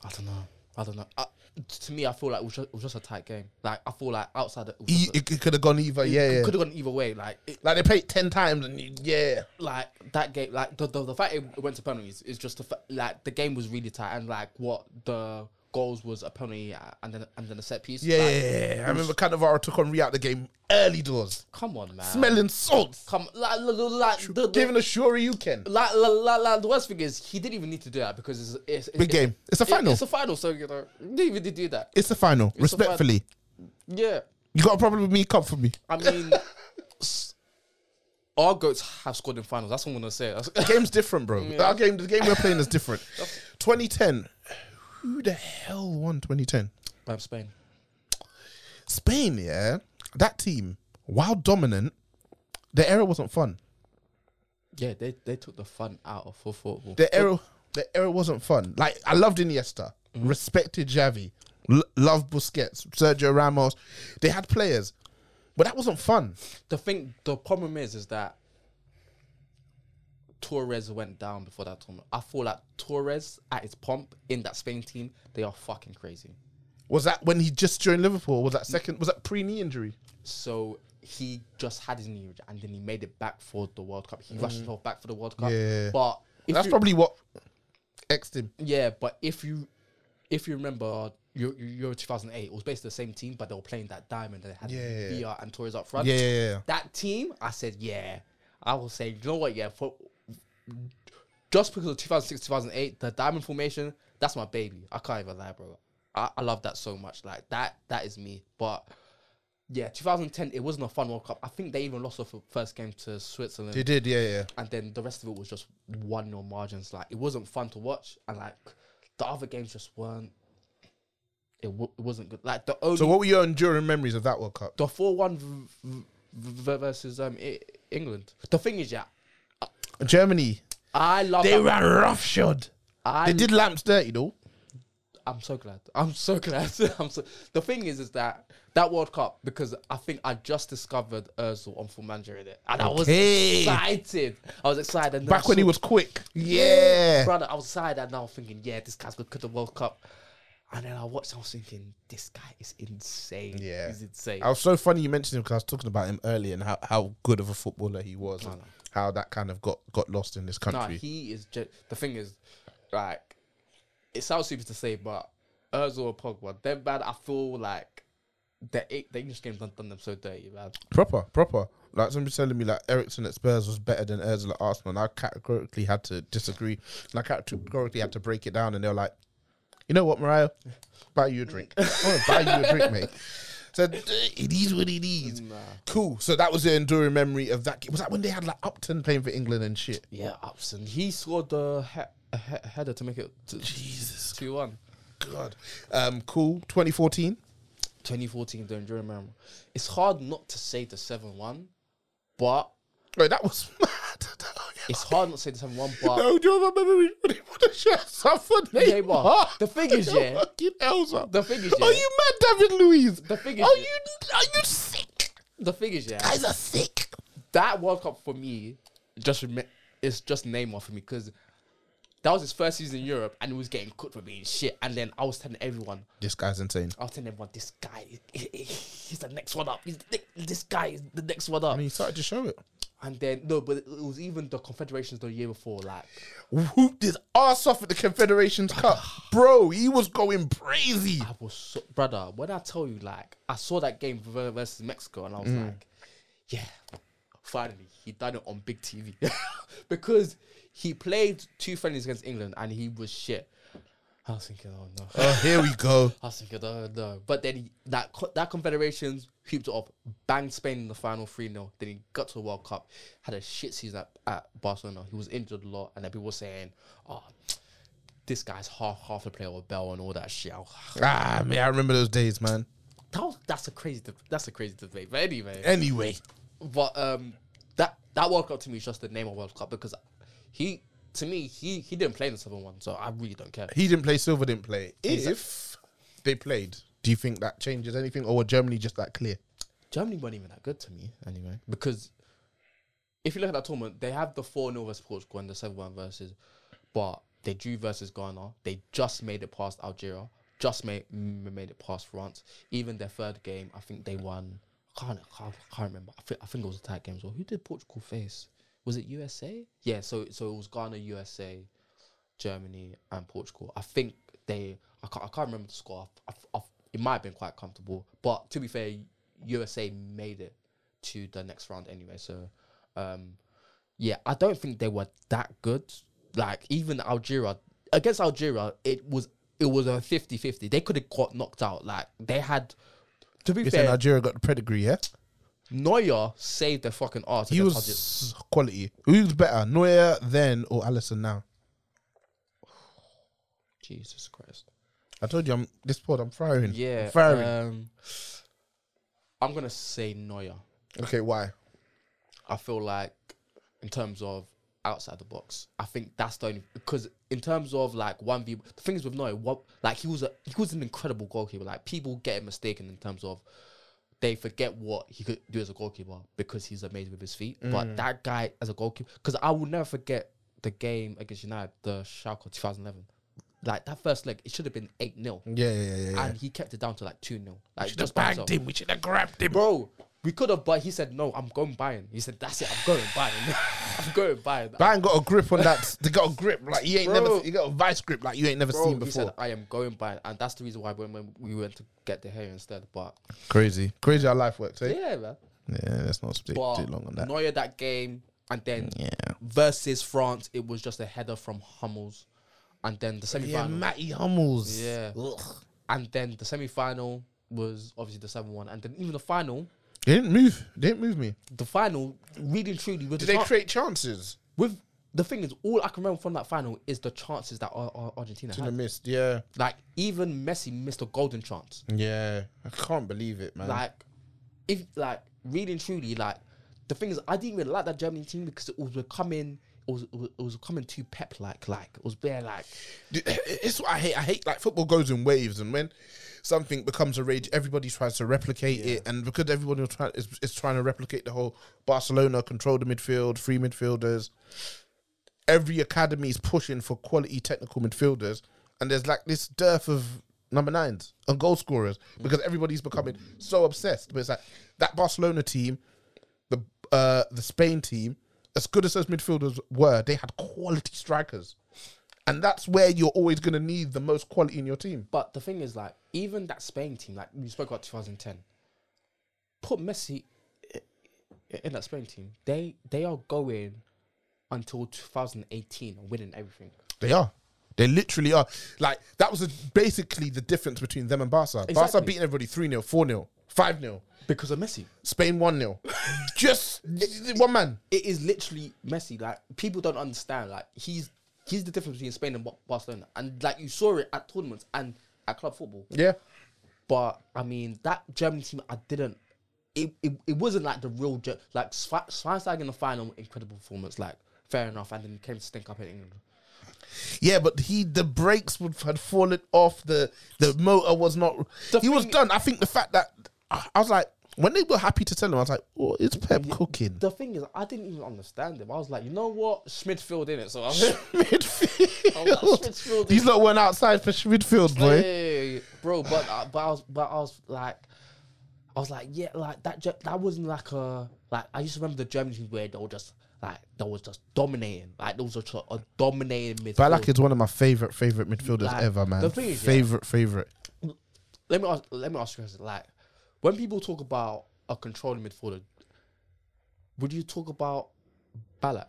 S2: I don't know. I don't know. I, to me, I feel like it was, just, it was just a tight game. Like I feel like outside, it,
S1: E- It, could have gone either. Yeah, yeah.
S2: could have gone either way. Like, it,
S1: Like they played ten times and you- yeah,
S2: like that game, like the the, the fact it went to penalties is just the fa- like the game was really tight, and like what the goals was a penalty uh, and then and then a set piece.
S1: yeah.
S2: Like,
S1: I remember Cannavaro took on Rhea out the game early doors,
S2: Come on, man.
S1: smelling salts,
S2: Come like, like, like the, the,
S1: giving a sure you can.
S2: like, like, like, like, the worst thing is he didn't even need to do that because it's, it's, it's
S1: Big game. It's a
S2: it-
S1: final.
S2: it's a final, so you know he didn't even need to do that.
S1: It's the final.
S2: the fi-
S1: respectfully,
S2: Yeah,
S1: you got a problem with me? Come for me.
S2: I mean, s- our goats have scored in finals. That's what I'm gonna say. That's,
S1: Game's different, bro. Our game, the game we're playing is different. 2010. Who the hell won 2010?
S2: Um, Spain.
S1: Spain, yeah, that team, while dominant, the era wasn't fun.
S2: Yeah, they they took the fun out of full football.
S1: The era, the era wasn't fun. Like I loved Iniesta, respected Xavi, l- loved Busquets, Sergio Ramos. They had players, but that wasn't fun.
S2: the thing, the problem is, is that Torres went down before that tournament. I feel like Torres at his pomp in that Spain team, they are fucking crazy.
S1: Was that when he just joined Liverpool? Was that second? Was that pre knee injury?
S2: So he just had his knee injury and then he made it back for the World Cup. He rushed himself back for the World Cup.
S1: Yeah.
S2: But if
S1: That's
S2: you-
S1: probably what X'd him.
S2: yeah, but if you if you remember Euro, Euro 2008, it was basically the same team, but they were playing that diamond. They had
S1: Yeah.
S2: VR and Torres up front.
S1: Yeah, yeah, yeah.
S2: That team, I said, yeah. I will say, you know what? Yeah, for just because of 2006, 2008, the diamond formation, that's my baby. I can't even lie, bro. I, I love that so much. Like that, that is me. But yeah, 2010, it wasn't a fun World Cup. I think they even lost their f- first game to Switzerland
S1: They did, yeah, yeah.
S2: and then the rest of it was just one nil margins. Like it wasn't fun to watch, and like the other games just weren't. It, w- it wasn't good. Like the only
S1: So, what were your enduring memories of that World Cup?
S2: the four one v- v- v- versus um I- England. The thing is, yeah,
S1: Germany,
S2: I love.
S3: They
S2: That.
S3: ran roughshod.
S2: I
S1: they did lamps dirty though.
S2: I'm so glad. I'm so glad. I'm so. The thing is, is that that World Cup because I think I just discovered Özil on full manager in it, and I was
S1: Okay.
S2: excited. I was excited. And then
S1: Back
S2: I
S1: when he
S2: saw-
S1: was quick, yeah.
S2: Brother, I was sad and now thinking, yeah, this guy's good at the World Cup. And then I watched, I was thinking, this guy is insane.
S1: Yeah.
S2: He's insane.
S1: I was so funny you mentioned him because I was talking about him earlier and how, how good of a footballer he was and how that kind of got, got lost in this
S2: no,
S1: country.
S2: he is just, the thing is, like, it sounds stupid to say, but Ozil or Pogba, them bad, I feel like the E- the English game's done, done them so dirty, man.
S1: Proper, proper. Like somebody telling me like Ericsson at Spurs was better than Ozil at Arsenal, and I categorically had to disagree. And I categorically had to break it down, and they were like, "You know what, Mariah? Buy you a drink. I'm gonna buy you a drink, mate." So d- it is what it is. Cool. So that was the enduring memory of that. Game. Was that when they had like Upton playing for England and shit?
S2: Yeah, Upson. He scored the he- he- header to make it t-
S1: Jesus.
S2: two one.
S1: God. Um. Cool. 2014.
S2: 2014 the enduring memory. It's hard not to say the seven one, but
S1: Wait, that was mad. Oh,
S2: it's hard not to say the seven one. But
S1: No, do you remember when he put the shirts up for Neymar?
S2: Neymar. The thing is, yeah.
S1: Fucking hell, son.
S2: The thing is,
S1: Are
S2: yeah.
S1: you mad, David Luiz?
S2: The thing is,
S1: Are
S2: yeah.
S1: you are you sick?
S2: the thing is, yeah,
S1: Guys are sick.
S2: that World Cup for me just remi- it's just Neymar for me because that was his first season in Europe and he was getting cooked for being shit. And then I was telling everyone,
S1: This guy's insane.
S2: I was telling everyone, this guy, he's the next one up. He's the, this guy is the next one up.
S1: And he started to show it.
S2: And then no, but it was even the Confederations the year before, like
S1: Whooped his ass off at the Confederations Cup.
S2: Ah.
S1: Bro, he was going crazy.
S2: I was so, brother. When I tell you, like, I saw that game ver- versus Mexico, and I was like, yeah, finally he done it on big TV because he played two friendlies against England and he was shit. I was thinking, oh no,
S1: Oh, here we go.
S2: I was thinking, oh no. But then he, that co- that Confederations hooped it up, banged Spain in the final 3 0. Then he got to the World Cup, had a shit season at, at Barcelona. He was injured a lot, and then people were saying, oh, this guy's half half a player with Bell and all that shit. I was-
S1: Ah, man, I remember those days, man.
S2: That was, that's a crazy deb- that's a crazy debate. But anyway,
S1: Anyway,
S2: but um, that that World Cup to me is just the name of World Cup because he to me he he didn't play in the seven one, so I really don't care.
S1: he didn't play. Silver didn't play. If they played, do you think that changes anything, or were Germany just that clear?
S2: Germany weren't even that good to me anyway because if you look at that tournament, they have the four 0 versus Portugal and the seven one versus, but they drew versus Ghana. They just made it past Algeria. Just made m- made it past France. Even their third game, I think they won. I can't, I can't, I can't remember. I think, I think it was a tag game. So who did Portugal face? Was it USA? Yeah. So so it was Ghana, USA, Germany, and Portugal. I think they. I can't. I can't remember the score. I, I, I, it might have been quite comfortable. But to be fair, USA made it to the next round anyway. So um, yeah, I don't think they were that good. Like even Algeria against Algeria, it was it was a 50-50. They could have got knocked out. Like they had to be
S1: You said
S2: fair,
S1: Nigeria got the pedigree, yeah?
S2: Neuer saved their fucking ass.
S1: He
S2: against
S1: was
S2: Algeria.
S1: quality. Who's better, Neuer then or Allison now?
S2: Jesus Christ.
S1: I told you, I'm this pod. I'm firing.
S2: Yeah.
S1: I'm firing.
S2: Um, I'm gonna say Neuer.
S1: okay, why?
S2: I feel like in terms of outside the box, I think that's the only because in terms of like one v the thing is with Neuer, what like he was a he was an incredible goalkeeper. Like people get him mistaken in terms of they forget what he could do as a goalkeeper because he's amazing with his feet.
S3: Mm.
S2: But that guy as a goalkeeper, because I will never forget the game against United, the Schalke 2011. Like that first leg, it should have been eight 0
S1: Yeah, yeah, yeah, yeah, yeah.
S2: and he kept it down to like two 0 Like
S3: should have
S2: by himself
S3: bagged him. We should have grabbed him.
S2: bro, we could have, but he said, no, I'm going Bayern. He said, that's it, I'm going Bayern. I'm going Bayern.
S1: Bang got a grip on that. they got a grip like you ain't
S2: Bro.
S1: never. You got a vice grip like you ain't never
S2: Bro,
S1: seen
S2: he said,
S1: before.
S2: I am going Bayern. And that's the reason why when, when we went to get the hair instead. But
S1: Crazy, crazy how life works. Eh?
S2: yeah, man.
S1: Yeah. let's not speak
S2: But
S1: too long on that.
S2: Neuer that game. And then
S1: yeah.
S2: versus France, it was just a header from Hummels. And then the semi
S1: Yeah,
S2: final.
S1: Matty Hummels.
S2: Yeah.
S1: Ugh.
S2: and then the semi final was obviously the 7 1. And then even the final,
S1: They didn't move. They didn't move me.
S2: the final, really and truly,
S1: Did
S2: with the
S1: they
S2: chan-
S1: create chances?
S2: with the thing is, all I can remember from that final is the chances that Ar- Ar- Argentina
S1: In the
S2: had.
S1: mist. Yeah.
S2: Like even Messi missed a golden chance.
S1: Yeah. I can't believe it, man.
S2: Like if like really and truly, like the thing is, I didn't really like that Germany team because it was becoming it was it was, it was becoming too pep like like it was bare like
S1: eh, It's what I hate. I hate like football goes in waves, and when something becomes a rage, everybody tries to replicate it. And because everybody will try, is, is trying to replicate the whole Barcelona control the midfield, three midfielders. Every academy is pushing for quality technical midfielders, and there's like this dearth of number nines and goal scorers because everybody's becoming so obsessed. But it's like that Barcelona team, the uh, the Spain team, as good as those midfielders were, they had quality strikers. And that's where you're always going to need the most quality in your team.
S2: But the thing is, like, even that Spain team, like we spoke about 2010, put Messi i- i- in that Spain team. They they are going until 2018 and winning everything.
S1: They are. They literally are. Like, that was a, basically the difference between them and Barca. Barca
S2: Exactly.
S1: beating everybody 3 0, 4 0, 5 0.
S2: Because of Messi.
S1: Spain 1 0. Just one man.
S2: It is literally Messi. Like people don't understand. Like he's he's the difference between Spain and Ba- Barcelona. And like you saw it at tournaments and at club football.
S1: Yeah.
S2: But I mean, that German team, I didn't. It, it, it wasn't like the real Ger- like Schwe- Schweinsteiger in the final, incredible performance. Like fair enough, and then came to stink up in England.
S1: Yeah, but he the brakes would had fallen off. The the motor was not.
S2: The
S1: he was
S2: thing-
S1: done. I think the fact that I I was like, when they were happy to tell him, I was like, "What is Pep cooking?"
S2: The thing is, I didn't even understand him. I was like, you know what, Schmidfield in it. So I'm Oh, that's
S1: midfield.
S2: midfield.
S1: He's not went outside for midfield,
S2: Yeah,
S1: boy.
S2: yeah, yeah, yeah. bro. But I, but I was but I was like, I was like, yeah, like that. Ge- That wasn't like a like. I used to remember the Germans where they were just like they was just dominating. Like those was just a, a dominating midfield.
S1: Balak is one of my favorite favorite midfielders
S2: Like,
S1: ever, man.
S2: the thing is, yeah.
S1: favorite favorite.
S2: let me ask, let me ask you guys like when people talk about a controlling midfielder, would you talk about Balak?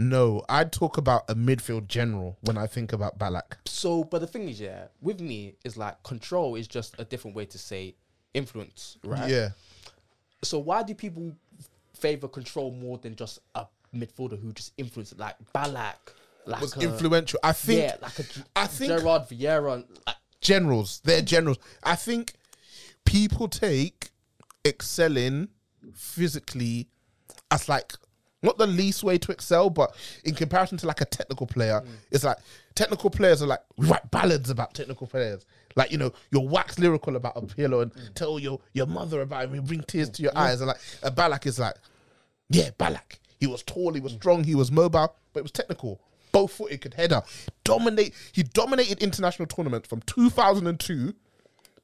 S1: No, I talk about a midfield general when I think about Balak.
S2: So, but the thing is, yeah, with me is like control is just a different way to say influence, right?
S1: Yeah,
S2: So why do people favor control more than just a midfielder who just influences like Balak, like
S1: was
S2: a-
S1: influential. I think.
S2: yeah, like a G-
S1: I think
S2: Gerard Vieira, like
S1: generals. They're generals. I think people take excelling physically as like not the least way to excel, but in comparison to like a technical player, it's like technical players are like we write ballads about technical players. Like you know, you're wax lyrical about a pillow and tell your your mother about him. You bring tears to your eyes. And like a Balak is like, yeah, Balak. He was tall, he was strong, he was mobile, but it was technical. Both footed could header. Dominate he dominated international tournaments from 2002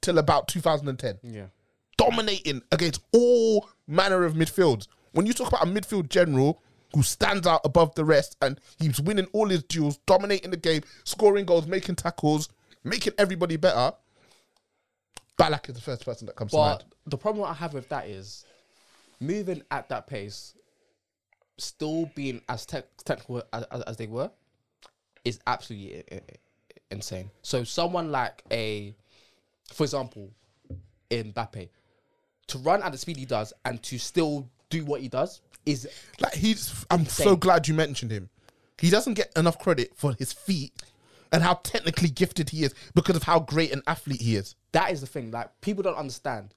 S1: till about 2010.
S2: yeah,
S1: Dominating against all manner of midfields. When you talk about a midfield general who stands out above the rest and he's winning all his duels, dominating the game, scoring goals, making tackles, making everybody better. Balak is the first person that comes to mind.
S2: But the problem I have with that is moving at that pace, still being as tech technical as, as, as they were, is absolutely i- i- i- insane. So someone like a, for example, Mbappe, to run at the speed he does and to still do what he does is
S1: Like he's, I'm so glad you mentioned him. He doesn't get enough credit for his feet and how technically gifted he is because of how great an athlete he is.
S2: that is the thing. Like people don't understand.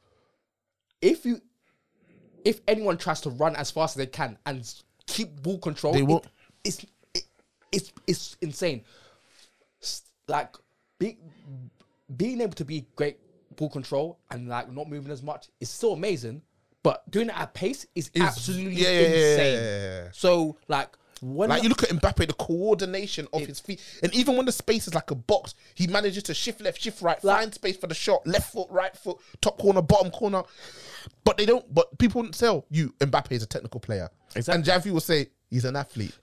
S2: If you, if anyone tries to run as fast as they can and s- keep ball control,
S1: They
S2: it-
S1: won't.
S2: it's it, it's it's insane. S- Like be, being able to be great ball control and like not moving as much is still amazing, but doing it at pace is,
S1: Is-
S2: absolutely
S1: yeah, yeah, yeah, yeah,
S2: insane.
S1: yeah, yeah.
S2: So like when
S1: Like you look at Mbappe, the coordination of his feet, and even when the space is like a box, he manages to shift left, shift right,
S2: Like-
S1: find space for the shot, left foot, right foot, top corner, bottom corner. But they don't. But people wouldn't tell you Mbappe is a technical player, and Javi will say he's an athlete.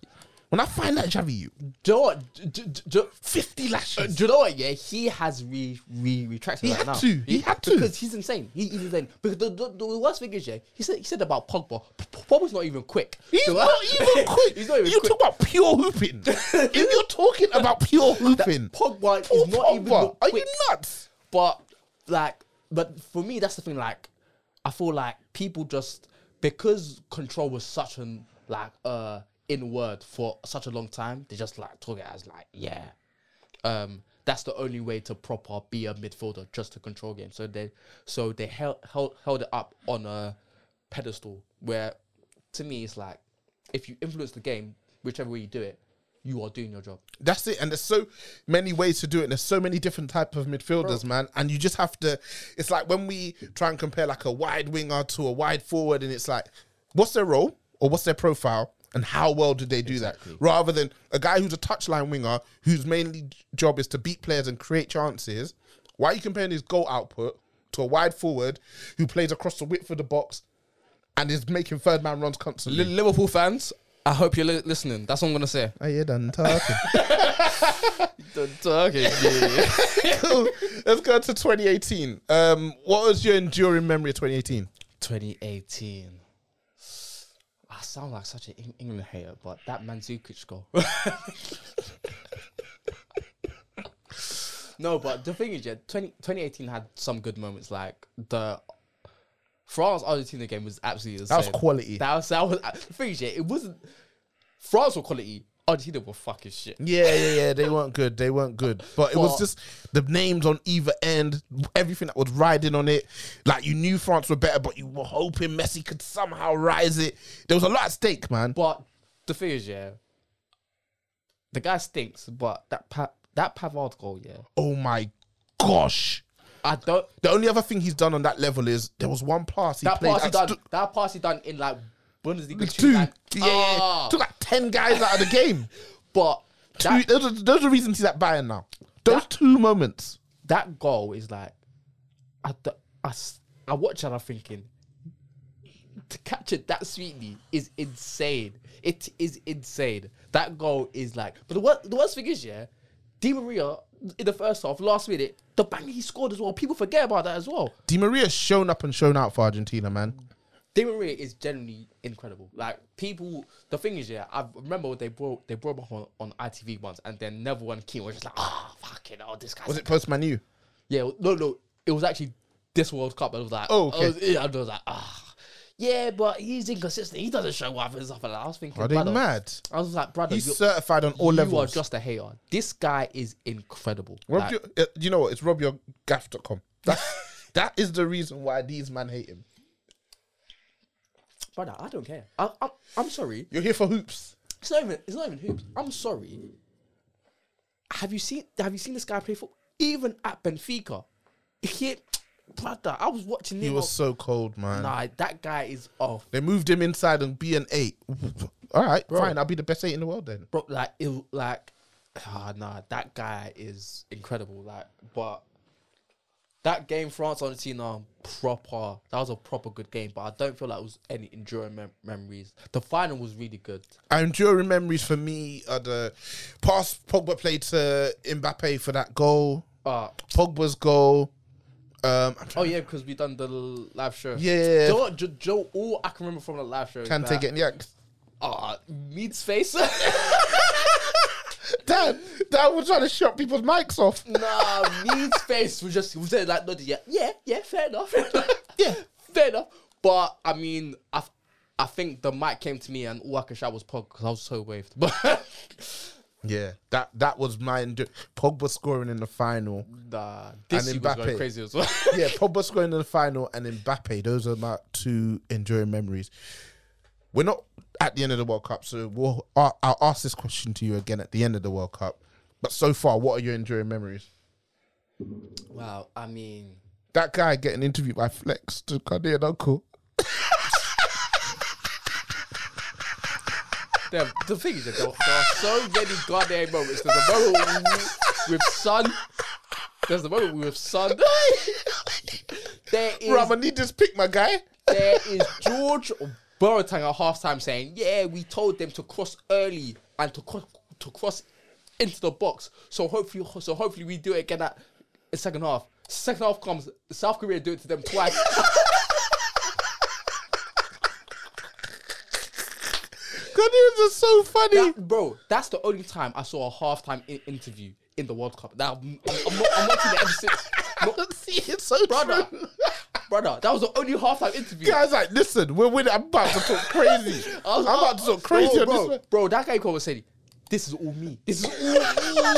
S1: When I find that Javi, you
S2: do, you know what? do, do, do,
S1: fifty
S2: Uh,
S1: lashes.
S2: do you know what? Yeah, he has re re retracted.
S1: He
S2: that
S1: had
S2: now.
S1: to, he had to.
S2: because he's insane. He, he's insane. Because the, the, the worst thing is, yeah, he said he said about Pogba. P- P- Pogba's not even quick.
S1: He's
S2: So, uh,
S1: not even quick.
S2: he's not even
S1: you
S2: quick.
S1: talk about pure hooping. if you're talking about pure hooping,
S2: Pogba is
S1: Paul
S2: not even
S1: Pogba, Are you
S2: quick.
S1: nuts?
S2: But like, but for me, that's the thing. Like, I feel like people just because control was such an like uh in word for such a long time, they just like talk it as like yeah, um, that's the only way to proper be a midfielder, just to control game. So they so they held held held it up on a pedestal where to me it's like if you influence the game, whichever way you do it, you are doing your job.
S1: That's it. And there's so many ways to do it. And there's so many different type of midfielders, man. And you just have to. It's like when we try and compare like a wide winger to a wide forward, and it's like, what's their role or what's their profile, and how well did they do that? Rather than a guy who's a touchline winger whose mainly job is to beat players and create chances. Why are you comparing his goal output to a wide forward who plays across the width of the box and is making third man runs constantly?
S2: Li- Liverpool fans, I hope you're li- listening. That's what I'm gonna say.
S1: Are you done talking?
S2: Okay.
S1: Let's go to 2018. Um, what was your enduring memory of 2018?
S2: 2018. I sound like such an Eng- England hater, but that Mandzukic goal. no, but the thing is, yeah, 20, 2018 had some good moments. Like the France Argentina game was absolutely insane.
S1: was quality.
S2: That was that was uh, the thing is, yeah, it wasn't France were quality. Argentina were fucking shit.
S1: Yeah, yeah, yeah. They weren't good. They weren't good. But it was
S2: But-
S1: just the names on either end, everything that was riding on it. Like you knew France were better, but you were hoping Messi could somehow rise it. There was a lot at stake, man.
S2: But the thing is, yeah, the guy stinks. But that pa- that Pavard goal, yeah,
S1: Oh my gosh.
S2: I don't.
S1: The only other thing he's done on that level is there was one pass he
S2: that
S1: played.
S2: pass he
S1: at
S2: done.
S1: Stu-
S2: that pass he done in like Bundesliga
S1: two.
S2: two. like,
S1: yeah, yeah, yeah.
S2: ah.
S1: Took like 10 guys out of the game.
S2: but
S1: Two,
S2: that,
S1: those, are, those are the reasons he's at Bayern now. Those
S2: That-
S1: two moments.
S2: that goal is like, I, th- I, s- I watch that. I'm thinking to catch it that sweetly is insane. It is insane. That goal is like. But the worst, the worst thing is, yeah, Di Maria in the first half, last minute, the bang he scored as well. People forget about that as well.
S1: Di Maria's shown up and shown out for Argentina, man.
S2: Di Maria is generally incredible. Like people, the thing is, yeah, I remember they brought they brought him up on, on ITV once, and then Neville and Keane were just like, ah, fucking, oh, this guy's
S1: Was it post Manu?
S2: yeah, no, no, it was actually this World Cup. I was like,
S1: Oh, okay.
S2: I was, yeah, I was like, ah, yeah, but he's inconsistent. He doesn't show up and stuff like that. I was thinking,
S1: Are they
S2: brother-
S1: mad?
S2: I was like, brother,
S1: He's
S2: you're-
S1: certified on all
S2: you
S1: levels.
S2: are just a hater. This guy is incredible.
S1: Rob
S2: Like,
S1: your, uh, you know what? It's robyourgaff.com. That's, that is the reason why these men hate him.
S2: brother, I don't care. I, I, I'm sorry.
S1: You're here for hoops.
S2: It's not even. It's not even hoops. I'm sorry. Have you seen? Have you seen this guy play football? Even at Benfica, he, brother, I was watching him.
S1: He was so cold, man.
S2: nah, that guy is off,
S1: They moved him inside and be an eight. All right, fine. I'll be the best eight in the world then.
S2: bro. Like, it, like, ah, nah, that guy is incredible. Like, but that game France Argentina proper. That was a proper good game, but I don't feel like it was any enduring mem- memories. The final was really good.
S1: And enduring memories for me are the pass Pogba played to Mbappe for that goal.
S2: Uh,
S1: Pogba's goal. Um, I'm
S2: oh
S1: trying
S2: yeah, because we done the l- live show.
S1: Yeah.
S2: Joe, Joe, Joe, all I can remember from the live show. is
S1: can take
S2: that-
S1: it. Yeah,
S2: Ah, meat's face.
S1: Dan, Dan was trying to shut people's mics off.
S2: nah, meat's face was just was there like nothing. Yeah, yeah, yeah. Fair enough.
S1: Yeah.
S2: fair enough. But I mean, I, f- I think the mic came to me and all I could shout was pog because I was so waved. But
S1: Yeah, that that was my endu- Pogba scoring in the final.
S2: nah, this
S1: And
S2: year was going
S1: Mbappe.
S2: crazy as well.
S1: yeah, Pogba scoring in the final and Mbappe. Those are my two enduring memories. We're not at the end of the World Cup, so we'll, I'll, I'll ask this question to you again at the end of the World Cup. But so far, what are your enduring memories?
S2: Wow, I mean,
S1: That guy getting interviewed by Flex to Cardi and Uncle.
S2: There, the thing is, that there, there are so many goddamn moments. There's a moment with, with Sun. There's the moment with Sun. There is,
S1: Bruv, I need this pick, my guy.
S2: there is George Boratang at halftime saying, "Yeah, we told them to cross early and to cross to cross into the box. So hopefully, so hopefully we do it again at the second half. Second half comes, South Korea do it to them twice.
S1: Cardians are so funny.
S2: That- bro, that's the only time I saw a halftime in- interview in the World Cup. Now I'm, I'm, I'm not, I'm not seeing it ever since. Not-
S1: See, it's so
S2: brother,
S1: true.
S2: brother, that was the only halftime interview.
S1: Guys, like, listen, we're winning. I'm about to talk crazy.
S2: I
S1: I'm
S2: was-
S1: about to talk crazy
S2: bro,
S1: on this
S2: bro,
S1: one.
S2: bro, that guy called and said, "This is all me. This is all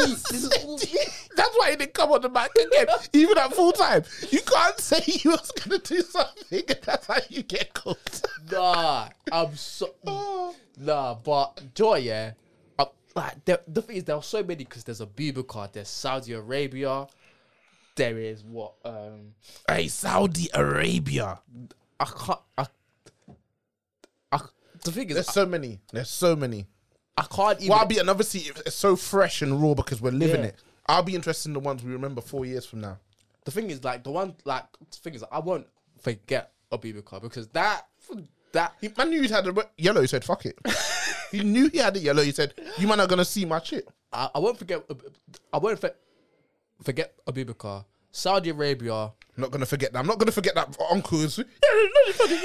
S2: me. this is all me."
S1: That's why he didn't come on the mic again, even at full time. You can't say you was gonna do something, and that's how you get caught.
S2: Nah, I'm so nah, but joy, yeah. I- like the, the thing is, there are so many because there's a Bieber card. There's Saudi Arabia. There is what um
S3: Hey, Saudi Arabia.
S2: I can't I, I the thing is
S1: There's so many. There's so many.
S2: I, I can't even
S1: Well, I'll be another seat. It's so fresh and raw because we're living
S2: Yeah.
S1: it. I'll be interested in the ones we remember four years from now.
S2: the thing is like the one like the thing is I won't forget a Bieber card because that that
S1: He, man knew he had a re- yellow. He said, "Fuck it." he knew he had a yellow. He said, "You man are gonna see my shit."
S2: I, I won't forget. I won't for, forget Abubakar, Saudi Arabia,
S1: Not gonna forget that. I'm not gonna forget that uncle. is-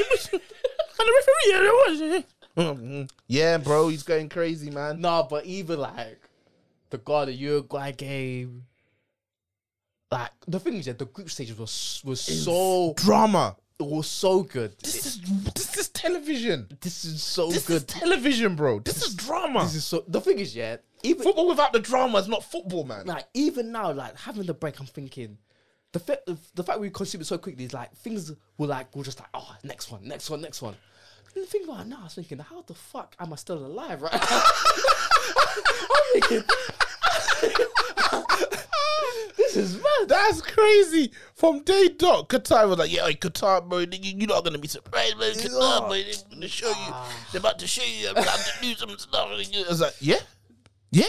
S1: yeah, bro, he's going crazy, man.
S2: Nah, but even like the God of Uruguay game, like the thing is that the group stages was was so
S1: Oh. Drama.
S2: it was so good. It-
S1: This is this is television.
S2: this is so
S1: This
S2: good.
S1: is television, bro. This is drama.
S2: this is so. The thing is, yeah, even
S1: football without the drama is not football, man.
S2: like even now, like having the break, I'm thinking. The, fa- the fact we consume it so quickly is like things were like we're just like oh next one next one next one. And the thing about now I was thinking how the fuck am I still alive right? I'm thinking this is mad.
S1: That's crazy. From day dot, Qatar was like, "Yeah, hey, Qatar, bro, you, you're not gonna be surprised, bro. Qatar, bro, they're gonna show you. They're about to show you. I'm about to do some stuff." And you- I was like, "Yeah, yeah,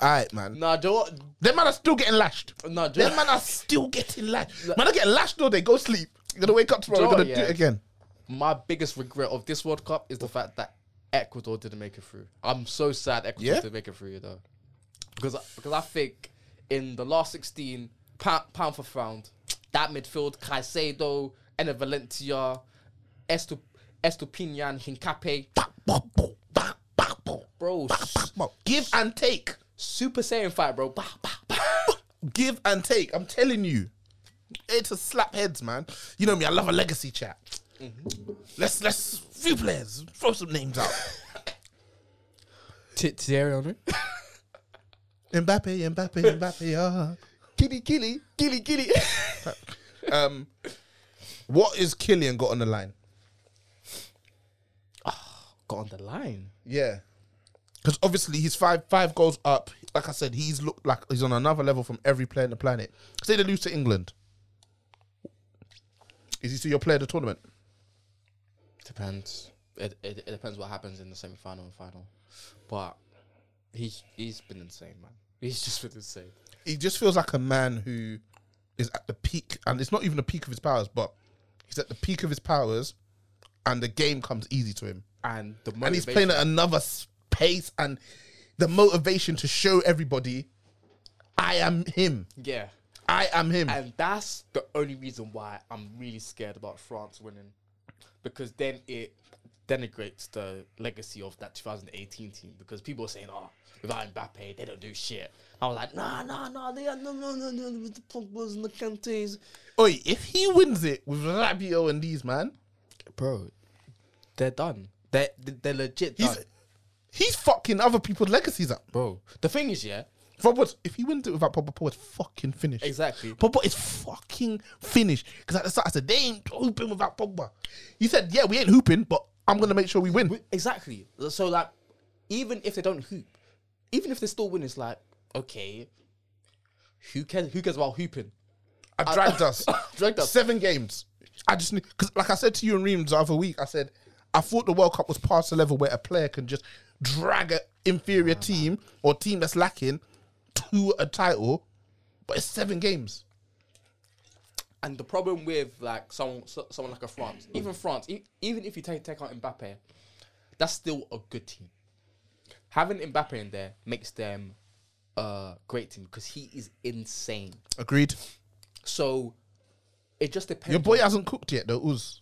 S1: all right, man.
S2: Nah, do what?
S1: Them man are still getting lashed.
S2: Nah, do
S1: Them man are still getting lashed. Man, are getting lashed all day. Go sleep. You're gonna wake up tomorrow. You're
S2: Sure,
S1: gonna do
S2: yeah.
S1: it again.
S2: My biggest regret of this World Cup is the fact that Ecuador didn't make it through. I'm so sad Ecuador
S1: Yeah?
S2: didn't make it through, you know, because because I think in the last 16, pound, pound for pound, that midfield Caicedo, Ena Valencia, Estup- Estupinian, Hincape,
S1: Bop, bop, bop, bop, bop, bop.
S2: bro, s-
S1: Bop. Give and take.
S2: Super Saiyan fight, bro. Bah, bah, bah.
S1: Give and take. I'm telling you. It's a slap heads, man. You know me, I love a legacy chat. Mm-hmm. Let's let's few players, throw some names out.
S2: T- Thierry Henry.
S1: Mbappe, Mbappe, Mbappe, yeah.
S2: Giddy, giddy, giddy, giddy.
S1: Um what is Killian got on the line?
S2: Got on the line.
S1: Yeah. Because obviously he's five five goals up. Like I said, he's looked like he's on another level from every player on the planet. Say they lose to England. Is he still your player of the tournament?
S2: Depends. It, it, it depends what happens in the semi final and final. But he's he's been insane, man. He's just been insane.
S1: he just feels like a man who is at the peak, and it's not even the peak of his powers, but he's at the peak of his powers, and the game comes easy to him.
S2: And the
S1: And he's playing at another s- pace, and the motivation to show everybody, I am him.
S2: Yeah.
S1: I am him.
S2: And that's the only reason why I'm really scared about France winning. Because then it denigrates the legacy of that 2018 team. Because people are saying, oh, without Mbappe, they don't do shit. I was like, nah, nah, nah, they are, no, no, no, no, the Pogba's and the Kantes.
S1: Oi, if he wins it with Rabiot and these man,
S2: Bro, they're done. They're, they're legit
S1: he's he's fucking other people's legacies up.
S2: Bro, the thing is, yeah,
S1: Robert, if he wins it without Pogba, Pogba's fucking finished.
S2: Exactly.
S1: Pogba is fucking finished. Because at the start, I said, they ain't hooping without Pogba. He said, yeah, we ain't hooping, but I'm going to make sure we win.
S2: exactly. So like, even if they don't hoop, even if they still win, it's like, okay, who cares? Who cares about hooping?
S1: I dragged us.
S2: Dragged us.
S1: Seven games. I just need, because like I said to you and Reams the other week, I said, I thought the World Cup was past the level where a player can just drag an inferior team or team that's lacking to a title, but it's seven games.
S2: And the problem with like someone, so- someone like a France, even France, e- even if you take take out Mbappe, that's still a good team. Having Mbappe in there makes them a great team because he is insane.
S1: Agreed.
S2: So it just depends.
S1: Your
S2: on-
S1: boy hasn't cooked yet, though, Uz.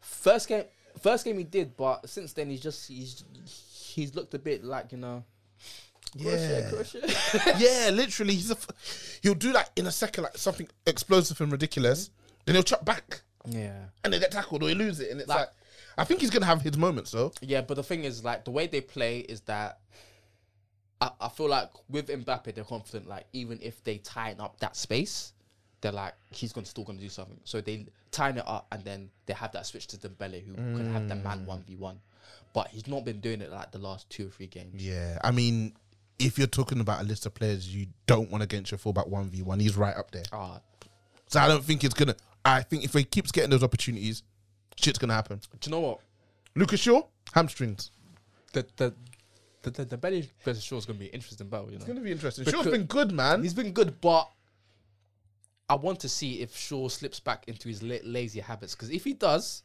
S2: First game, first game he did, but since then he's just he's he's looked a bit like you know.
S1: Yeah.
S2: crush it,
S1: yeah, literally, he's a f- he'll do that in a second, like something explosive and ridiculous. Then he'll chuck back,
S2: yeah,
S1: and they get tackled or he lose it, and it's like,
S2: Like-
S1: I think he's gonna have his moments though.
S2: yeah. But the thing is, like the way they play is that I, I feel like with Mbappe, they're confident. Like even if they tighten up that space, they're like he's gonna still gonna do something. So they tighten it up, and then they have that switch to Dembele, who can have the man one v one. But he's not been doing it like the last two or three games.
S1: Yeah, I mean, if you're talking about a list of players you don't want against your fullback one v one, he's right up there.
S2: Ah,
S1: So I don't think it's gonna. I think if he keeps getting those opportunities, shit's gonna happen.
S2: do you know what?
S1: Lucas Shaw hamstrings.
S2: The the the the, the Dembele versus Shaw is gonna be an interesting battle. You know,
S1: It's gonna be interesting. Shaw's
S2: Because-
S1: been good, man.
S2: He's been good, but I want to see if Shaw slips back into his la- lazy habits. Because if he does,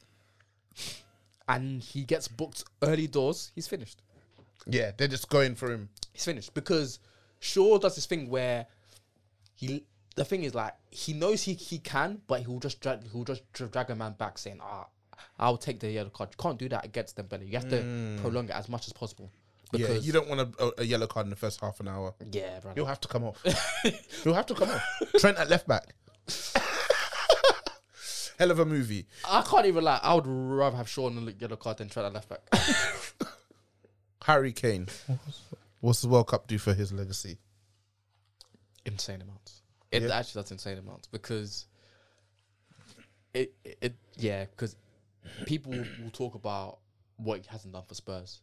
S2: and he gets booked early doors, he's finished.
S1: yeah, they're just going for him.
S2: He's finished because Shaw does this thing where he the thing is like he knows he, he can, but he'll just drag he'll just dra- drag a man back saying, "Ah, I'll take the yellow card." You can't do that against Dembele. You have to prolong it as much as possible
S1: Mm. Yeah,
S2: because
S1: you don't want a, a yellow card in the first half an hour.
S2: yeah, bro.
S1: You'll have to come off. You'll have to come off. Trent at left back. Hell of a movie.
S2: I can't even lie. I would rather have Shaw on the yellow card than Trent at left back.
S1: Harry Kane. What's the World Cup do for his legacy?
S2: insane amounts. It actually that's insane amounts because it it, it yeah because people will will talk about what he hasn't done for Spurs,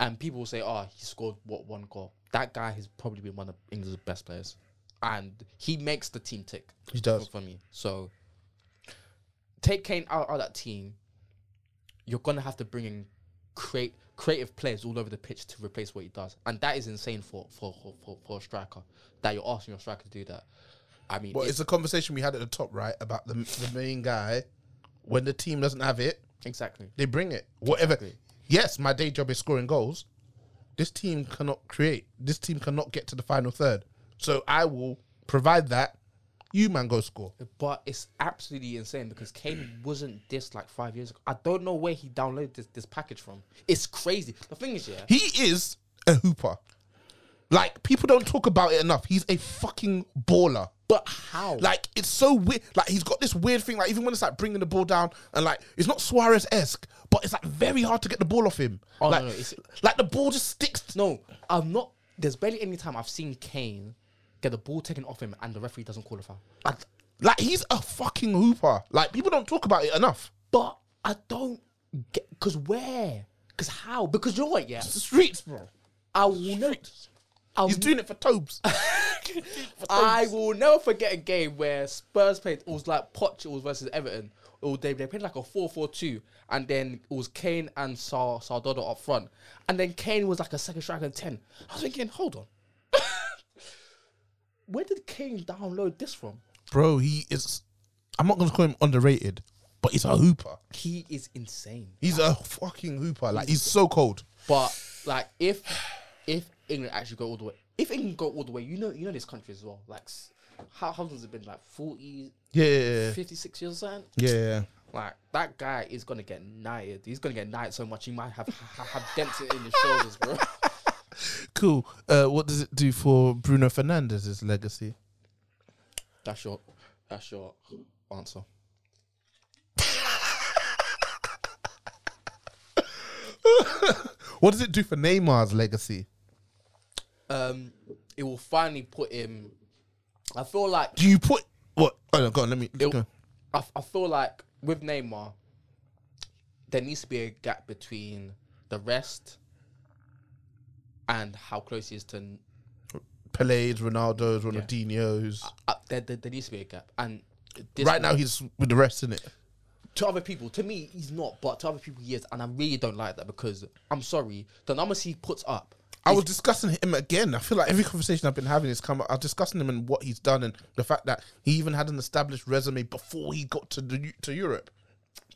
S2: and people will say, "Oh, he scored what one goal." That guy has probably been one of England's best players, and he makes the team tick.
S1: He does.
S2: for me. So take Kane out of that team. You're gonna have to bring in create creative players all over the pitch to replace what he does, and that is insane for for for, for, for a striker that you're asking your striker to do that. I mean,
S1: Well,
S2: it-
S1: it's a conversation we had at the top, right? About the, the main guy. When the team doesn't have it,
S2: exactly.
S1: they bring it. Whatever. Yes, my day job is scoring goals. This team cannot create. This team cannot get to the final third. So I will provide that. You man go score.
S2: But it's absolutely insane because Kane wasn't this like five years ago. I don't know where he downloaded this, this package from. It's crazy. The thing is, yeah,
S1: He is a hooper. Like people don't talk about it enough. He's a fucking baller.
S2: but how?
S1: Oh. Like it's so weird. Like he's got this weird thing. Like even when it's like bringing the ball down and like it's not Suarez esque, but it's like very hard to get the ball off him.
S2: Oh, no,
S1: like,
S2: no, it's-
S1: like the ball just sticks.
S2: No, I'm not. There's barely any time I've seen Kane get the ball taken off him and the referee doesn't call a foul. I-
S1: Like he's a fucking hooper. Like people don't talk about it enough.
S2: but I don't get because where? Because how? Because you're right, yeah.
S1: The streets, bro.
S2: I will never. I'll
S1: He's doing it for Tobes.
S2: I will never forget a game where Spurs played. It was like Poch it was versus Everton. Or they they played like a 4-4-2, and then it was Kane and Sar Sardodo up front, and then Kane was like a second striker and ten. I was thinking, hold on, where did Kane download this from?
S1: bro, he is. I'm not gonna call him underrated, but he's a hooper.
S2: He is insane.
S1: He's a fucking hooper. Like he's so cold.
S2: But like, if if England actually go all the way, if England go all the way, you know, you know this country as well. Like, s- how how long has it been? Like 40,
S1: Yeah,
S2: 56 years or something?
S1: yeah.
S2: Like that guy is gonna get knighted. He's gonna get knighted so much he might have ha- have dents in his shoulders, bro.
S1: Cool. Uh, what does it do for Bruno Fernandez's legacy?
S2: That's your that's your answer.
S1: What does it do for Neymar's legacy?
S2: Um, it will finally put him. I feel like
S1: Do you put what? Oh no, go on. Let me.
S2: it,
S1: Go on.
S2: I, f- I feel like with Neymar, there needs to be a gap between the rest and how close he is to. n-
S1: Pele's, Ronaldo's, Ronaldinho's.
S2: Uh, there, there, there needs to be a gap, and this
S1: Right now, he's with the rest in it.
S2: to other people, to me, he's not, but to other people, he is, and I really don't like that because I'm sorry, the numbers he puts up.
S1: I was discussing him again. I feel like every conversation I've been having is come. I was discussing him and what he's done, and the fact that he even had an established resume before he got to the Eu- to Europe.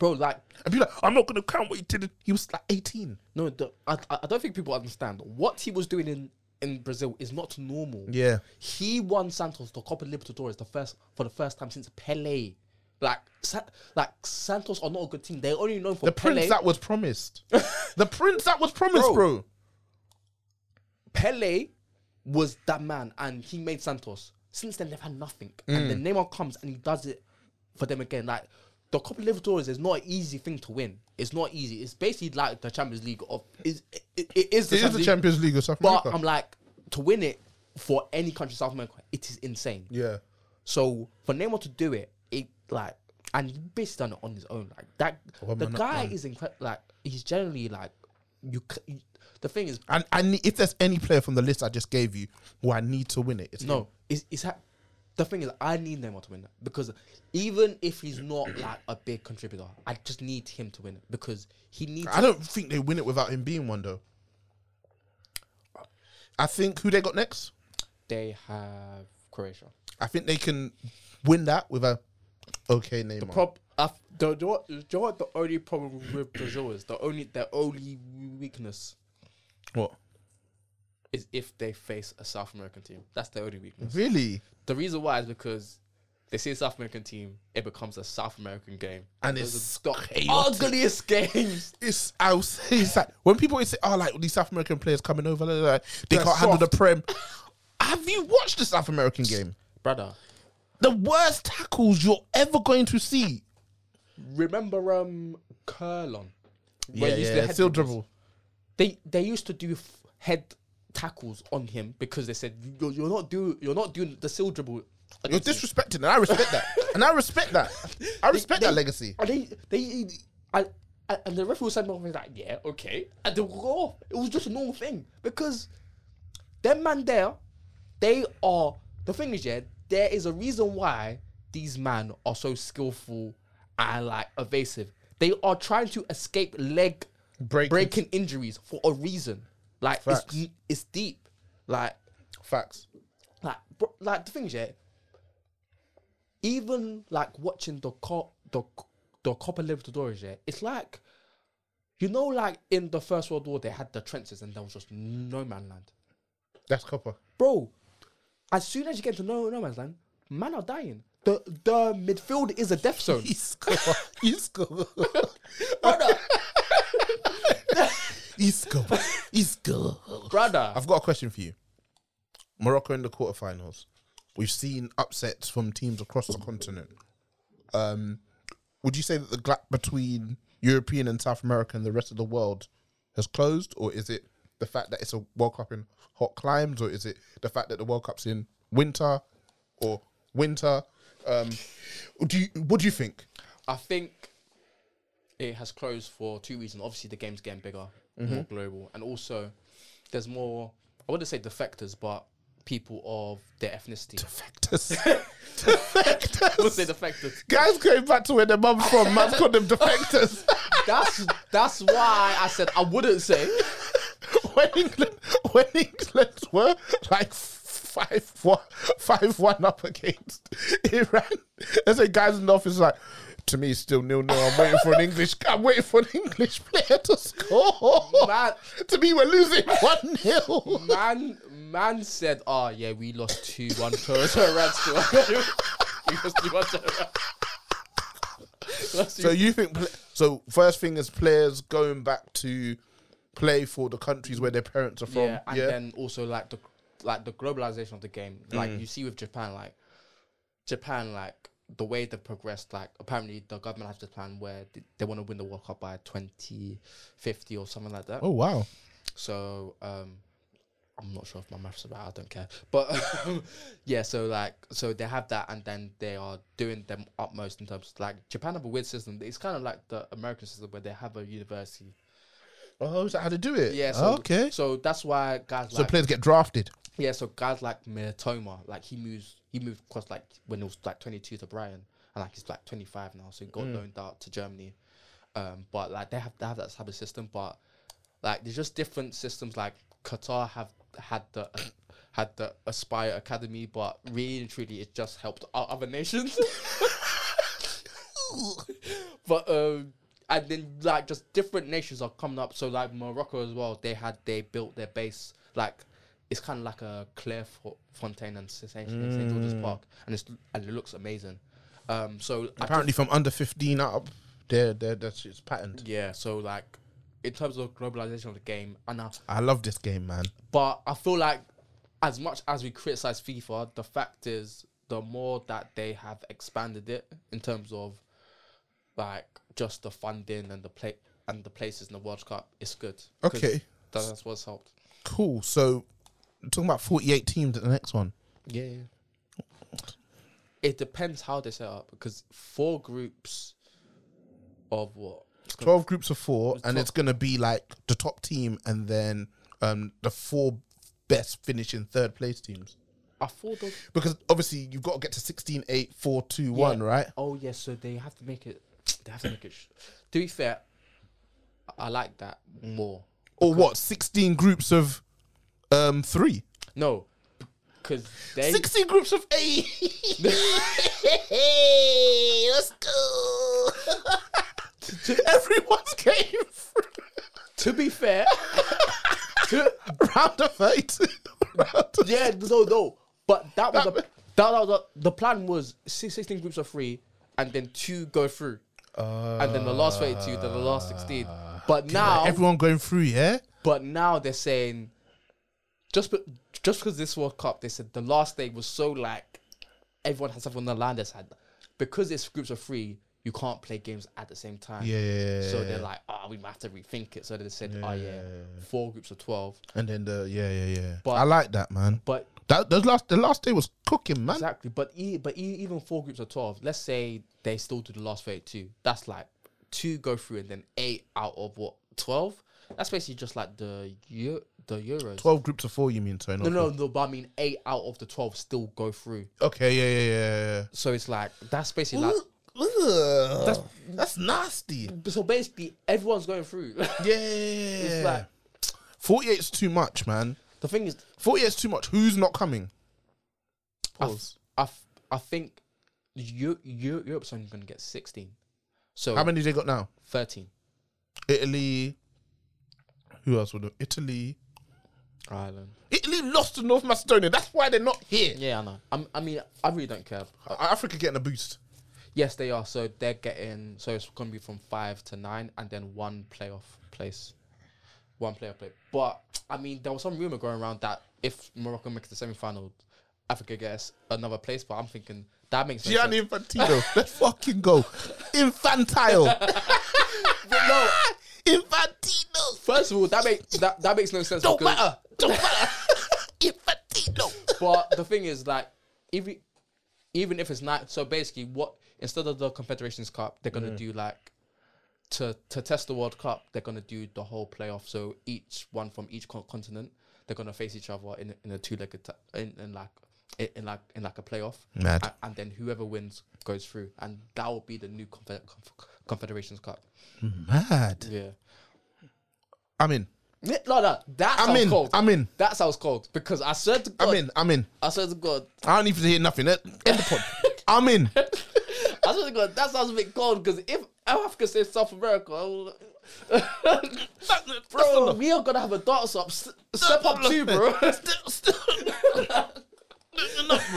S2: Bro, like,
S1: And be like, I'm not going to count what he did. He was like 18.
S2: no, the, I, I I don't think people understand what he was doing in, in Brazil is not normal.
S1: Yeah.
S2: he won Santos the Copa Libertadores the first for the first time since Pele. Like, Sa- like Santos are not a good team. They're only known for
S1: The
S2: Pele.
S1: prince that was promised. the prince that was promised,
S2: Bro.
S1: bro.
S2: Pele was that man, and he made Santos. Since then, they've had nothing, and then Neymar comes and he does it for them again. Like the Copa Libertadores is not an easy thing to win. It's not easy. It's basically like the Champions League of is it, it, it is the
S1: It is the
S2: League,
S1: Champions League of South
S2: But
S1: America.
S2: I'm like to win it for any country in South America, it is insane.
S1: yeah.
S2: So for Neymar to do it, it like and he basically done it on his own. Like that,
S1: One
S2: the
S1: man up,
S2: guy
S1: man.
S2: is incredible. Like he's generally like you. c- you the thing is,
S1: And I need, if there's any player from the list I just gave you who I need to win it, it's him.
S2: no, it's, it's ha- the thing is, I need Neymar to win that because even if he's not like a big contributor, I just need him to win it because he needs.
S1: I don't think they win it without him being one though. I think who they got next.
S2: they have Croatia.
S1: I think they can win that with a okay Neymar.
S2: Prob- I, the, do you know what- do you know what the only problem with Brazil is the only their only weakness
S1: what?
S2: is if they face a South American team. That's their only weakness.
S1: Really?
S2: The reason why is because they see a South American team, it becomes a South American game.
S1: And
S2: Those
S1: it's
S2: are the
S1: chaotic.
S2: ugliest games.
S1: It's I was saying it's like when people always say, "Oh, like these South American players coming over, blah, blah, blah, they
S2: They're
S1: can't handle the
S2: soft.
S1: prem." Have you watched the South American game?
S2: Brother,
S1: The worst tackles you're ever going to see.
S2: remember um Curlon? Where he used to head
S1: still
S2: dribbles?
S1: dribble.
S2: They they used to do f- head tackles on him because they said you're, you're not do you're not doing the seal dribble.
S1: You're
S2: against me."
S1: disrespecting, and I respect that. and I respect that. I respect that legacy.
S2: And they, they, and, and- and the referee said something like, yeah, okay. And they will go off. It was just a normal thing because them man there, they are, the thing is, yeah, there is a reason why these men are so skillful and like evasive. They are trying to escape leg
S1: Break-
S2: breaking injuries for a reason. Like,
S1: Facts.
S2: it's, n- it's deep. Like,
S1: Facts.
S2: like bro, like the thing is yeah even like watching the cop the the Copa Libertadores yeah it's like you know like in the first world war they had the trenches and there was just no man land
S1: That's copper.
S2: bro as soon as you get to no no man's land man are dying the the midfield is a death zone
S1: He's copper. He's copper.
S2: brother
S1: He's copper. He's copper.
S2: brother
S1: I've got a question for you. Morocco in the quarterfinals. We've seen upsets from teams across the continent. Um, would you say that the gap between European and South America and the rest of the world has closed, or is it the fact that it's a World Cup in hot climes, or is it the fact that the World Cup's in winter, or winter? Um, do you, what do you think?
S2: I think it has closed for two reasons. Obviously, the game's getting bigger, more global, and also there's more. I wouldn't say defectors, but people of their ethnicity.
S1: Defectors.
S2: I would say
S1: defectors.
S2: defectors.
S1: Guys going back to where their mum's from, man's called them defectors.
S2: That's that's why I said I wouldn't say.
S1: when England when England were like five one five one up against Iran, there's a guys in the office like to me it's still nil nil. I'm waiting for an English I'm waiting for an English player to score.
S2: Man.
S1: To me we're losing one nil.
S2: Man, man said, "Oh yeah, we lost two one to Iran. still." we lost two one to Iran. Lost
S1: So
S2: 2-1.
S1: you think pla so first thing is players going back to play for the countries where their parents are from.
S2: yeah, and then also like the like the globalization of the game.
S1: Mm.
S2: Like you see with Japan, like Japan, like the way they've progressed. Like apparently the government has this plan where th- they want to win the World Cup by twenty fifty or something like that.
S1: oh wow.
S2: So um, I'm not sure if my maths about. I don't care. But um, yeah, so like so they have that, and then they are doing them utmost in terms like Japan have a weird system. It's kind of like the American system where they have a university.
S1: Oh, is that how to do it?
S2: Yeah. So,
S1: okay. So,
S2: So that's why guys like
S1: players get drafted.
S2: yeah, so guys like Meritoma, like he moves, he moved across like when he was like 22 to Brighton, and like he's like 25 now, so he got loaned out to Germany. Um, but like they have they have that type of system, but like there's just different systems. Like Qatar have had the had the Aspire Academy, but really and truly, it just helped o- other nations. but um, and then like just different nations are coming up. So like Morocco as well, they had they built their base like it's kind of like a Clairefontaine and St Saint Saint George's Park, and it's and it looks amazing. Um, so I
S1: apparently from under 15 up they're, they're that's it's patterned
S2: yeah, so like in terms of globalization of the game, and I,
S1: i love this game man
S2: but I feel like as much as we criticize FIFA, the fact is the more that they have expanded it in terms of like just the funding and the play and the places in the World Cup, it's good. 'Cause
S1: Okay.
S2: that- that's what's helped.
S1: cool so talking about 48 teams at the next one
S2: Yeah, It depends how they set up because four groups of what
S1: 12 groups of four and it's gonna be like the top team and then um the four best finishing third place teams
S2: I thought the
S1: because obviously you've got to get to 16 8 4 2 1
S2: Yeah.
S1: right
S2: Oh yeah, so they have to make it. They have to make it. Sh- to be fair, I- I like that more.
S1: or what 16 groups of um three
S2: No, because they
S1: 16 groups of eight hey let's go everyone's game
S2: to be fair. to,
S1: round of 32. round of-
S2: Yeah, no, no. But that was a, that, that was a, the plan was six- 16 groups of three, and then two go through, and then the last 32, then the last 16. But now,
S1: Everyone going through, yeah?
S2: but now they're saying just be, just because this World Cup, they said the last day was so like everyone has something on the line. They said because it's groups of three, you can't play games at the same time.
S1: Yeah.
S2: So they're like, ah, we might have to rethink it. So they said, oh yeah, four groups of twelve.
S1: And then the, yeah, yeah, yeah.
S2: But-
S1: I like that, man.
S2: But
S1: That, those last, the last day was cooking, man.
S2: Exactly, but e- but e- even four groups of twelve. Let's say they still do the last thirty-two. That's like two go through and then eight out of what twelve. That's basically just like the Eu- the Euros.
S1: 12 groups of four, you mean, so
S2: No, no, no. But I mean, eight out of the twelve still go through.
S1: Okay, yeah, yeah, yeah, yeah.
S2: So it's like that's basically like
S1: that's, that's nasty.
S2: so basically everyone's going through.
S1: Yeah.
S2: it's like
S1: 48's too much, man.
S2: the thing is,
S1: 48's too much. Who's not coming?
S2: I, f- I, f- I think Eu- Eu- Europe's only going to get sixteen. So
S1: How many they got now?
S2: thirteen.
S1: Italy. Who else would have? Italy.
S2: Ireland.
S1: Italy lost to North Macedonia. That's why they're not here.
S2: Yeah, I know. I'm, I mean, I really don't care.
S1: A- Africa getting a boost.
S2: Yes, they are. So they're getting. So it's going to be from five to nine, and then one playoff place, one playoff play. But I mean, there was some rumor going around that if Morocco makes the semi-final, Africa gets another place. But I'm thinking that makes no
S1: Gianni
S2: sense.
S1: Infantino. Let's fucking go. Infantile.
S2: No,
S1: Infantino.
S2: first of all, that makes that, that makes no sense.
S1: Don't
S2: because-
S1: matter. Don't matter. Infantino.
S2: But the thing is, like, even even if it's not, so basically, what instead of the Confederations Cup, they're
S1: Mm.
S2: gonna do like to to test the World Cup, they're gonna do the whole playoff. So each one from each con- continent, they're gonna face each other in a- in a two legged t- in, in like in, in like in like a playoff.
S1: Mad.
S2: A- and then whoever wins goes through, and that will be the new Confe- Conf- Confederations Cup.
S1: Mad.
S2: Yeah.
S1: I'm in.
S2: No, no, that
S1: I'm
S2: sounds
S1: in.
S2: cold.
S1: I'm in.
S2: That sounds cold because I swear to God,
S1: I'm in. I'm in.
S2: I swear to God,
S1: I don't need to hear nothing. End the pod. I'm in.
S2: I swear to God, that sounds a bit cold because if Africa says South America, I will- bro, we are gonna have a dance up. S- Step up too, bro.
S1: All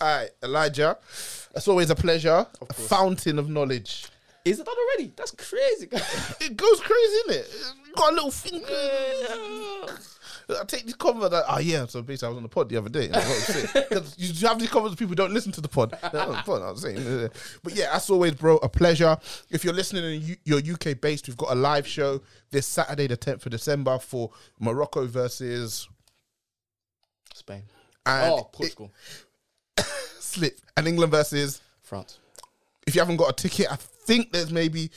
S1: right, Elijah. It's always a pleasure. a fountain of knowledge.
S2: Is it done already? That's crazy.
S1: It goes crazy, innit? You Got a little finger. I take these covers. That, oh yeah. So basically, I was on the pod the other day. and I was saying- 'cause you you have these covers. People who don't listen to the pod. They're not on the pod, I was saying. But yeah, as always, bro, a pleasure. If you're listening and you, you're UK based, we've got a live show this Saturday, the 10th of December, for Morocco versus
S2: Spain.
S1: and
S2: Oh,
S1: it-
S2: Portugal,
S1: slip and England versus.
S2: France.
S1: If you haven't got a ticket, I think there's maybe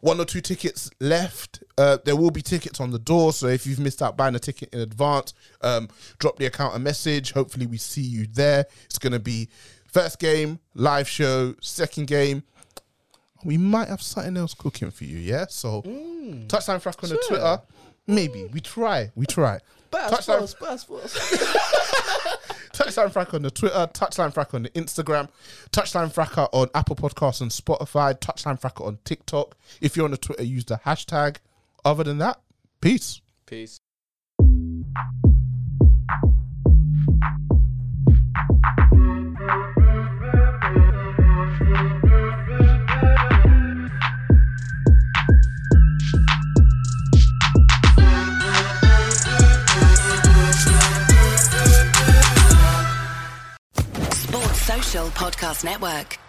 S1: one or two tickets left. Uh, there will be tickets on the door, so if you've missed out buying a ticket in advance, um, drop the account a message. Hopefully, we see you there. It's gonna be first game live show, second game. We might have something else cooking for you, yeah. So touchdown frack on the Twitter. Maybe we try, we try. Touchdown Touchline Fracker on the Twitter, Touchline Fracker on the Instagram, Touchline Fracker on Apple Podcasts and Spotify, Touchline Fracker on TikTok. If you're on the Twitter, use the hashtag. Other than that, peace.
S2: Peace.
S4: Sports Social Podcast Network.